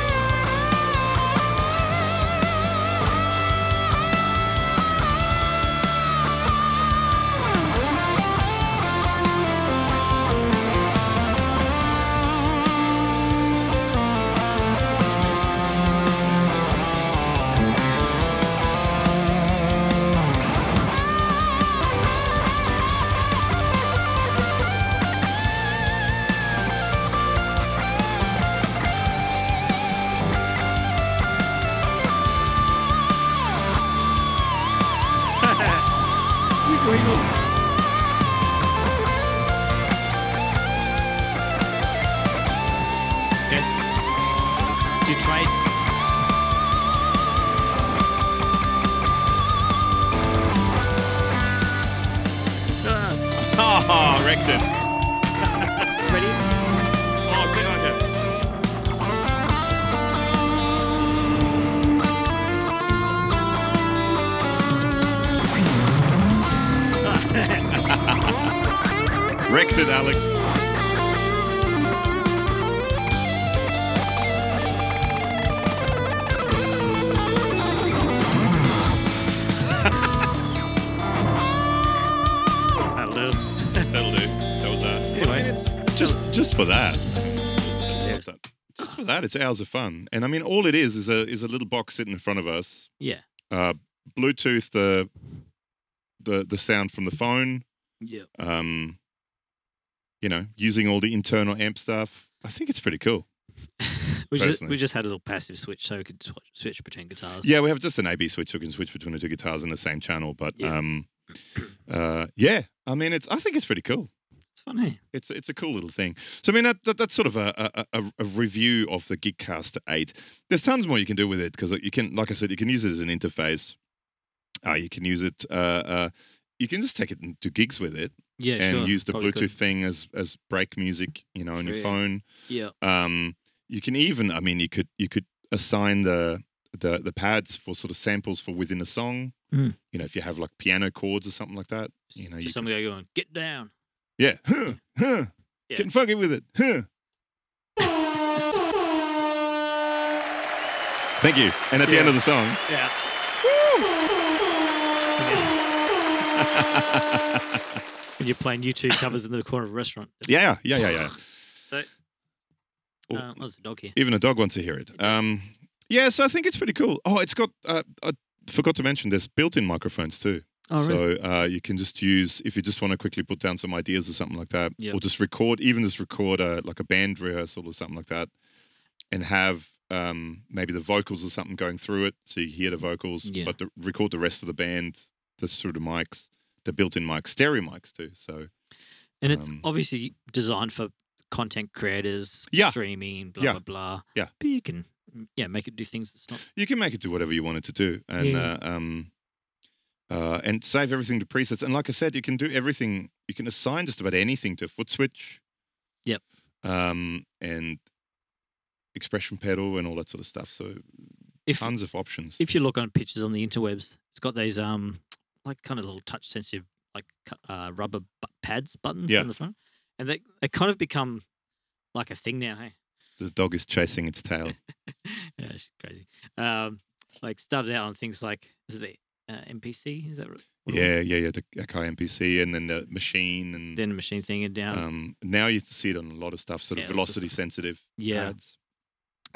S2: Nice.
S1: Hey,
S6: great.
S1: Oh, wrecked it.
S6: Ready?
S1: Oh, good idea. Wrecked it, Alex.
S2: That'll do us.
S1: That'll do. That was uh, that.
S2: Anyway,
S1: just just for that.
S2: Seriously.
S1: Just for that, it's hours of fun. And I mean, all it is is a is a little box sitting in front of us.
S2: Yeah.
S1: Uh, Bluetooth the the the sound from the phone.
S2: yeah.
S1: Um, you know, using all the internal amp stuff. I think it's pretty cool.
S2: We just,
S1: Personally.
S2: we just had a little passive switch so we could sw- switch between guitars.
S1: Yeah, we have just an AB switch, so we can switch between the two guitars in the same channel. But
S2: Yeah.
S1: um, uh, yeah, I mean, it's I think it's pretty cool.
S2: It's fun, eh?
S1: It's it's a cool little thing. So I mean that, that that's sort of a, a- a, a review of the Gigcaster Eight. There's tons more you can do with it because you can, like I said, you can use it as an interface. Uh, you can use it. Uh, uh, you can just take it and do gigs with it
S2: Yeah,
S1: and
S2: sure.
S1: use the
S2: Probably
S1: Bluetooth
S2: could.
S1: thing as as break music, you know, on your
S2: Sure, yeah.
S1: phone.
S2: Yeah.
S1: Um, you can even, I mean, you could you could assign the the the pads for sort of samples for within a song.
S2: Mm.
S1: You know, if you have like piano chords or something like that. You
S2: Just,
S1: know,
S2: just
S1: you
S2: some guy going, get down.
S1: yeah. Huh, huh.
S2: Yeah.
S1: Getting funky with it. Huh. Thank you. And at the end of the song.
S2: Yeah. When you're playing U2 covers in the corner of a restaurant.
S1: Yeah, yeah, yeah, yeah.
S2: So,
S1: Oh.
S2: uh, what's the dog here?
S1: Even a dog wants to hear it. Um, yeah, so I think it's pretty cool. Oh, it's got, uh, I forgot to mention, there's built in microphones too.
S2: Oh, really?
S1: so uh, you can just use, if you just want to quickly put down some ideas or something like that,
S2: Yeah.
S1: or just record, even just record a, like a band rehearsal or something like that, and have um, maybe the vocals or something going through it. So you hear the vocals,
S2: Yeah.
S1: but the, record the rest of the band that's through the mics, the built in mics, stereo mics too. So
S2: And it's
S1: um,
S2: obviously designed for content creators,
S1: Yeah.
S2: streaming, blah,
S1: Yeah.
S2: blah, blah.
S1: Yeah.
S2: But you can, mm, yeah, make it do things that's not.
S1: you can make it do whatever you want it to do and
S2: Yeah.
S1: uh, um uh, and save everything to presets and like i said you can do everything you can assign just about anything to a foot switch
S2: Yep.
S1: um and expression pedal and all that sort of stuff so
S2: If,
S1: tons of options
S2: if you look on pictures on the interwebs, it's got these, um, like, kind of little touch sensitive, like, cu- uh, rubber bu- pads buttons
S1: Yeah.
S2: on the front. And they, they kind of become like a thing now, hey?
S1: the dog is chasing its tail
S2: yeah, it's crazy. Um, like started out on things like is it the uh, MPC? Is that right? What it was?
S1: yeah yeah yeah the akai mpc and then the machine and
S2: Then the machine thing and down.
S1: um, now you see it on a lot of stuff sort of
S2: Yeah, it's just-
S1: velocity sensitive
S2: Yeah.
S1: pads.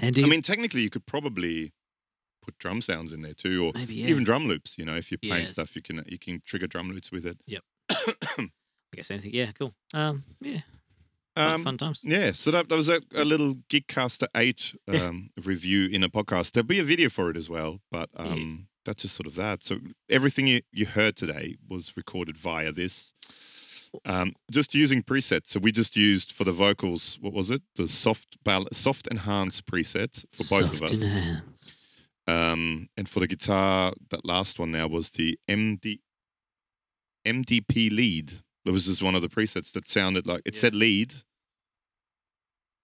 S2: and do
S1: i
S2: you-
S1: mean technically you could probably put drum sounds in there too or
S2: maybe yeah.
S1: even drum loops. You know, if you're playing
S2: Yes.
S1: stuff, you can you can trigger drum loops with it.
S2: I guess anything. Yeah, cool. Um, yeah, fun-
S1: Um,
S2: fun times.
S1: yeah, so that, that was a, a little Gigcaster Eight
S2: Yeah.
S1: um, review in a podcast. There'll be a video for it as well, but
S2: Yeah.
S1: um, that's just sort of that. So everything you, you heard today was recorded via this. Um, just using presets. So we just used for the vocals. What was it? The soft bal- soft enhance preset for both of us.
S2: Soft in hands.
S1: Um, and for the guitar, that last one now was the MD MDP lead. That was just one of the presets that sounded like it
S2: Yeah.
S1: said lead.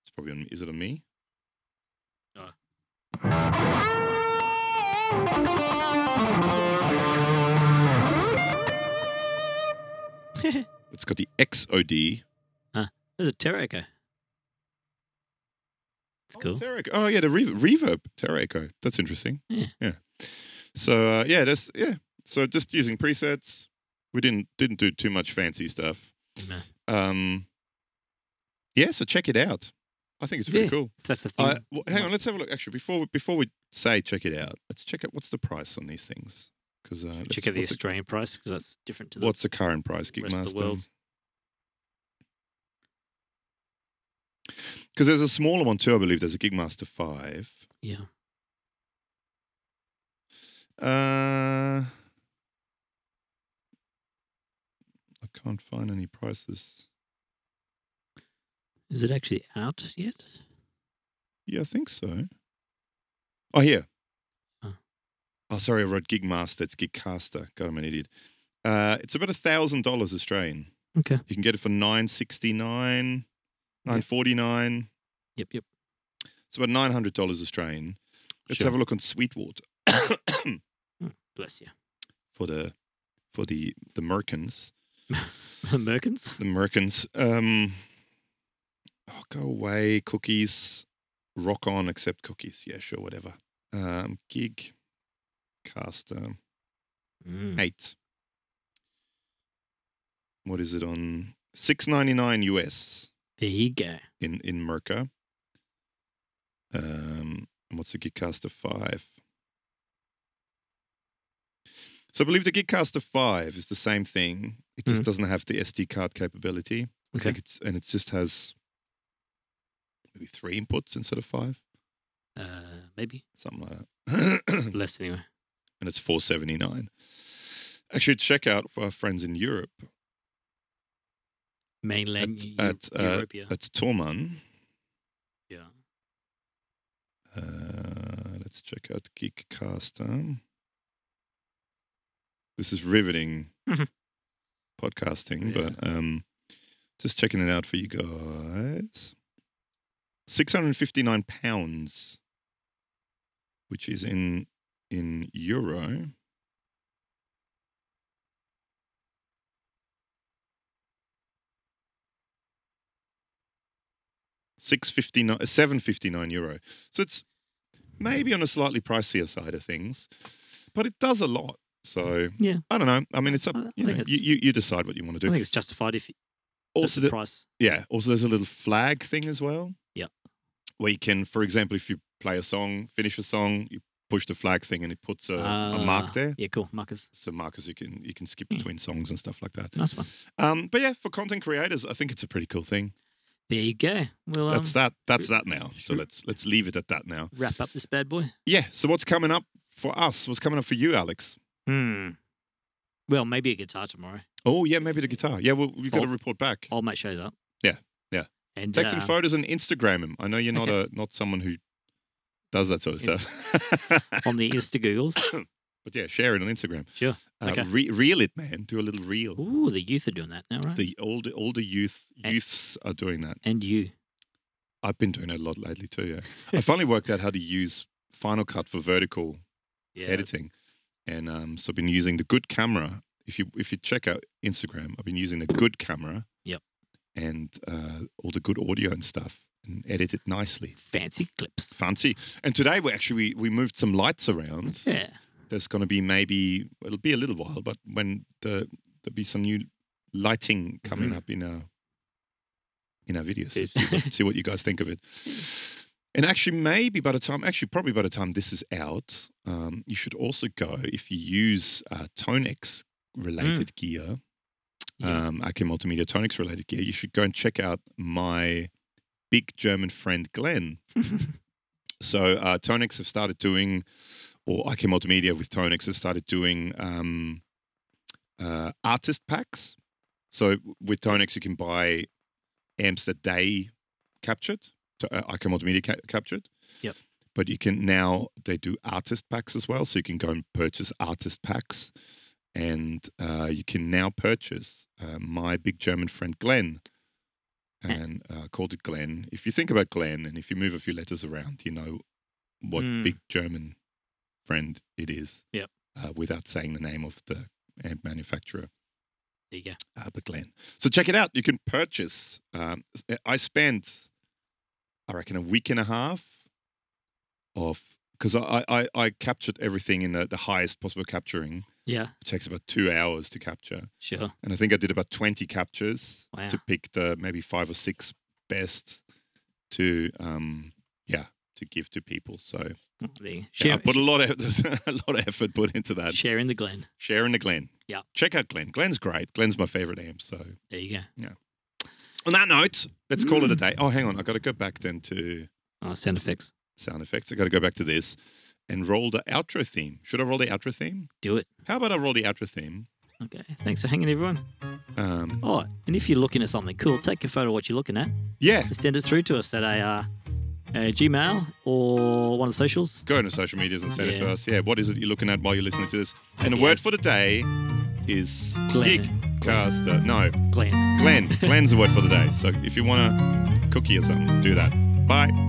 S1: It's probably on. Is it on me?
S2: No.
S1: it's got the XOD.
S2: There's a Terra Echo. It's cool.
S1: Oh, Terra Echo. Oh, yeah, the reverb, reverb Terra Echo. That's interesting.
S2: Yeah.
S1: So uh, yeah, that's yeah. So just using presets. We didn't didn't do too much fancy stuff.
S2: No.
S1: Um, yeah, so check it out. I think it's pretty
S2: Yeah.
S1: cool.
S2: If that's a thing.
S1: I, well, hang
S2: might-
S1: on, let's have a look. Actually, before we, before we say check it out, let's check out what's the price on these things. Because uh, let's-
S2: check out the
S1: what's
S2: Australian price because that's different to the
S1: What's the current price,
S2: rest of the
S1: Gigmaster?
S2: world.
S1: Because there's a smaller one too, I believe. There's a Gigmaster Five.
S2: Yeah.
S1: Uh, I can't find any prices.
S2: Is it actually out yet?
S1: Yeah, I think so. Oh, here.
S2: Huh.
S1: Oh, sorry, I wrote Gigmaster. It's Gigcaster. God, I'm an idiot. Uh, it's about a thousand dollars Australian.
S2: Okay.
S1: You can get it for nine sixty nine, nine forty nine.
S2: Yep. Yep.
S1: It's about nine hundred dollars Australian. Let's
S2: Sure.
S1: have a look on Sweetwater
S2: Bless you.
S1: for the for the the Merkins.
S2: Merkins.
S1: The Merkins. Um, oh, go away cookies. Rock on, accept cookies. Yeah, sure, whatever. Um, gig, caster.
S2: Mm.
S1: eight. What is it on six ninety nine US
S2: There you go.
S1: in in Merca? Um, and what's the Gigcaster five? So I believe the Gigcaster five is the same thing. It just
S2: Mhm.
S1: doesn't have the SD card capability. I
S2: Okay.
S1: think it's and it just has maybe three inputs instead of five,
S2: Uh, maybe
S1: something like that.
S2: less anyway.
S1: and it's 479 actually check out for our friends in europe
S2: Mainland
S1: at,
S2: Eu-
S1: uh,
S2: Europe. yeah.
S1: at torman
S2: yeah.
S1: uh, let's check out geekcaster this is riveting podcasting but um just checking it out for you guys 659 pounds which is in in euro Six fifty nine, seven fifty nine euro. So it's maybe on a slightly pricier side of things, but it does a lot. So
S2: Yeah.
S1: I don't know. I mean, it's up.
S2: I- I
S1: You, know,
S2: think it's-
S1: you, you you decide what you want to
S2: I
S1: do.
S2: think it's justified if
S1: also,
S2: also
S1: the,
S2: the price.
S1: yeah. Also, there's a little flag thing as well.
S2: Yeah.
S1: Where you can, for example, if you play a song, finish a song, you push the flag thing, and it puts uh, a, a
S2: Ah,
S1: mark there.
S2: Yeah, cool. Markers.
S1: So markers you can you can skip
S2: Hmm.
S1: between songs and stuff like that.
S2: Nice one.
S1: Um, but yeah, for content creators, I think it's a pretty cool thing.
S2: There you go. We'll um,
S1: That's that. That's that now. So
S2: sure.
S1: let's let's leave it at that now.
S2: wrap up this bad boy.
S1: Yeah. So what's coming up for us? What's coming up for you, Alex?
S2: Hmm. Well, maybe a guitar tomorrow.
S1: Oh yeah, maybe the guitar. Yeah, well, we've got to
S2: Fol-
S1: report back.
S2: Old mate shows up.
S1: Yeah, yeah.
S2: And
S1: Take
S2: uh,
S1: some photos and Instagram him. I know you're not a not someone who does that sort of
S2: Is-
S1: stuff.
S2: on the Insta Googles.
S1: but yeah, share it on Instagram.
S2: Sure.
S1: Uh,
S2: Okay.
S1: re- reel it, man. Do a little reel.
S2: Ooh, the youth are doing that now, right?
S1: The older older youth
S2: And-
S1: youths are doing that.
S2: and you.
S1: I've been doing it a lot lately too. Yeah. I finally worked out how to use Final Cut for vertical
S2: Yeah.
S1: editing, and um, so I've been using the good camera. If you if you check out Instagram, I've been using the good camera.
S2: Yep.
S1: And uh, all the good audio and stuff, and edit it nicely.
S2: Fancy clips.
S1: Fancy. And today we actually we moved some lights around.
S2: Yeah.
S1: There's going to be maybe it'll be a little while, but when the there'll be some new lighting coming
S2: Mhm.
S1: up in our in our videos.
S2: Yes.
S1: So see, what, see what you guys think of it. And actually, maybe by the time, actually, probably by the time this is out, um, you should also go if you use uh, Tonex related gear,
S2: Yeah.
S1: um, Akim Multimedia Tonex related gear, you should go and check out my big German friend, Glenn. so, uh, Tonex have started doing, or Akim Multimedia with Tonex have started doing um, uh, artist packs. So, with Tonex, you can buy amps that they captured, to, uh, Akim Multimedia ca- captured.
S2: Yep.
S1: But you can now, they do artist packs as well. So, you can go and purchase artist packs and uh, you can now purchase uh, my big German friend Glenn.
S2: Eh.
S1: And uh, called it Glenn. If you think about Glenn, and if you move a few letters around, you know what
S2: Mm.
S1: big German friend it is.
S2: Yep.
S1: Uh, without saying the name of the amp manufacturer,
S2: There you go.
S1: uh, but Glenn. So check it out. You can purchase. Um, I spent, I reckon, a week and a half of because I, I I captured everything in the, the highest possible capturing
S2: Yeah.
S1: it takes about two hours to capture.
S2: Sure.
S1: And I think I did about 20 captures
S2: Wow.
S1: to pick the maybe five or six best to, um, yeah, to give to people. So yeah,
S2: There you go. Share,
S1: I put a lot of a lot of effort put into that.
S2: share in the Glen.
S1: Sharon the Glenn.
S2: Yeah.
S1: Check out Glenn. Glenn's great. Glenn's my favorite amp. So
S2: There you go.
S1: on that note, let's call
S2: Hmm.
S1: it a day. Oh, hang on. I got to go back then to
S2: Oh, sound effects.
S1: sound effects. I got to go back to this and roll the outro theme. Should I roll the outro theme?
S2: Do it.
S1: How about I roll the outro theme?
S2: Okay. Thanks for hanging, everyone.
S1: Um,
S2: Oh, and if you're looking at something cool, take a photo of what you're looking at
S1: yeah.
S2: and send it through to us at a uh, uh, Gmail or one of the socials.
S1: Go on to social medias and send it to
S2: Yeah.
S1: us. Yeah, what is it you're looking at while you're listening to this? And the
S2: Yes.
S1: word for the day is
S2: Glenn.
S1: gigcaster. No,
S2: Glenn.
S1: Glenn. Glenn's the word for the day. So if you want a cookie or something, do that. Bye.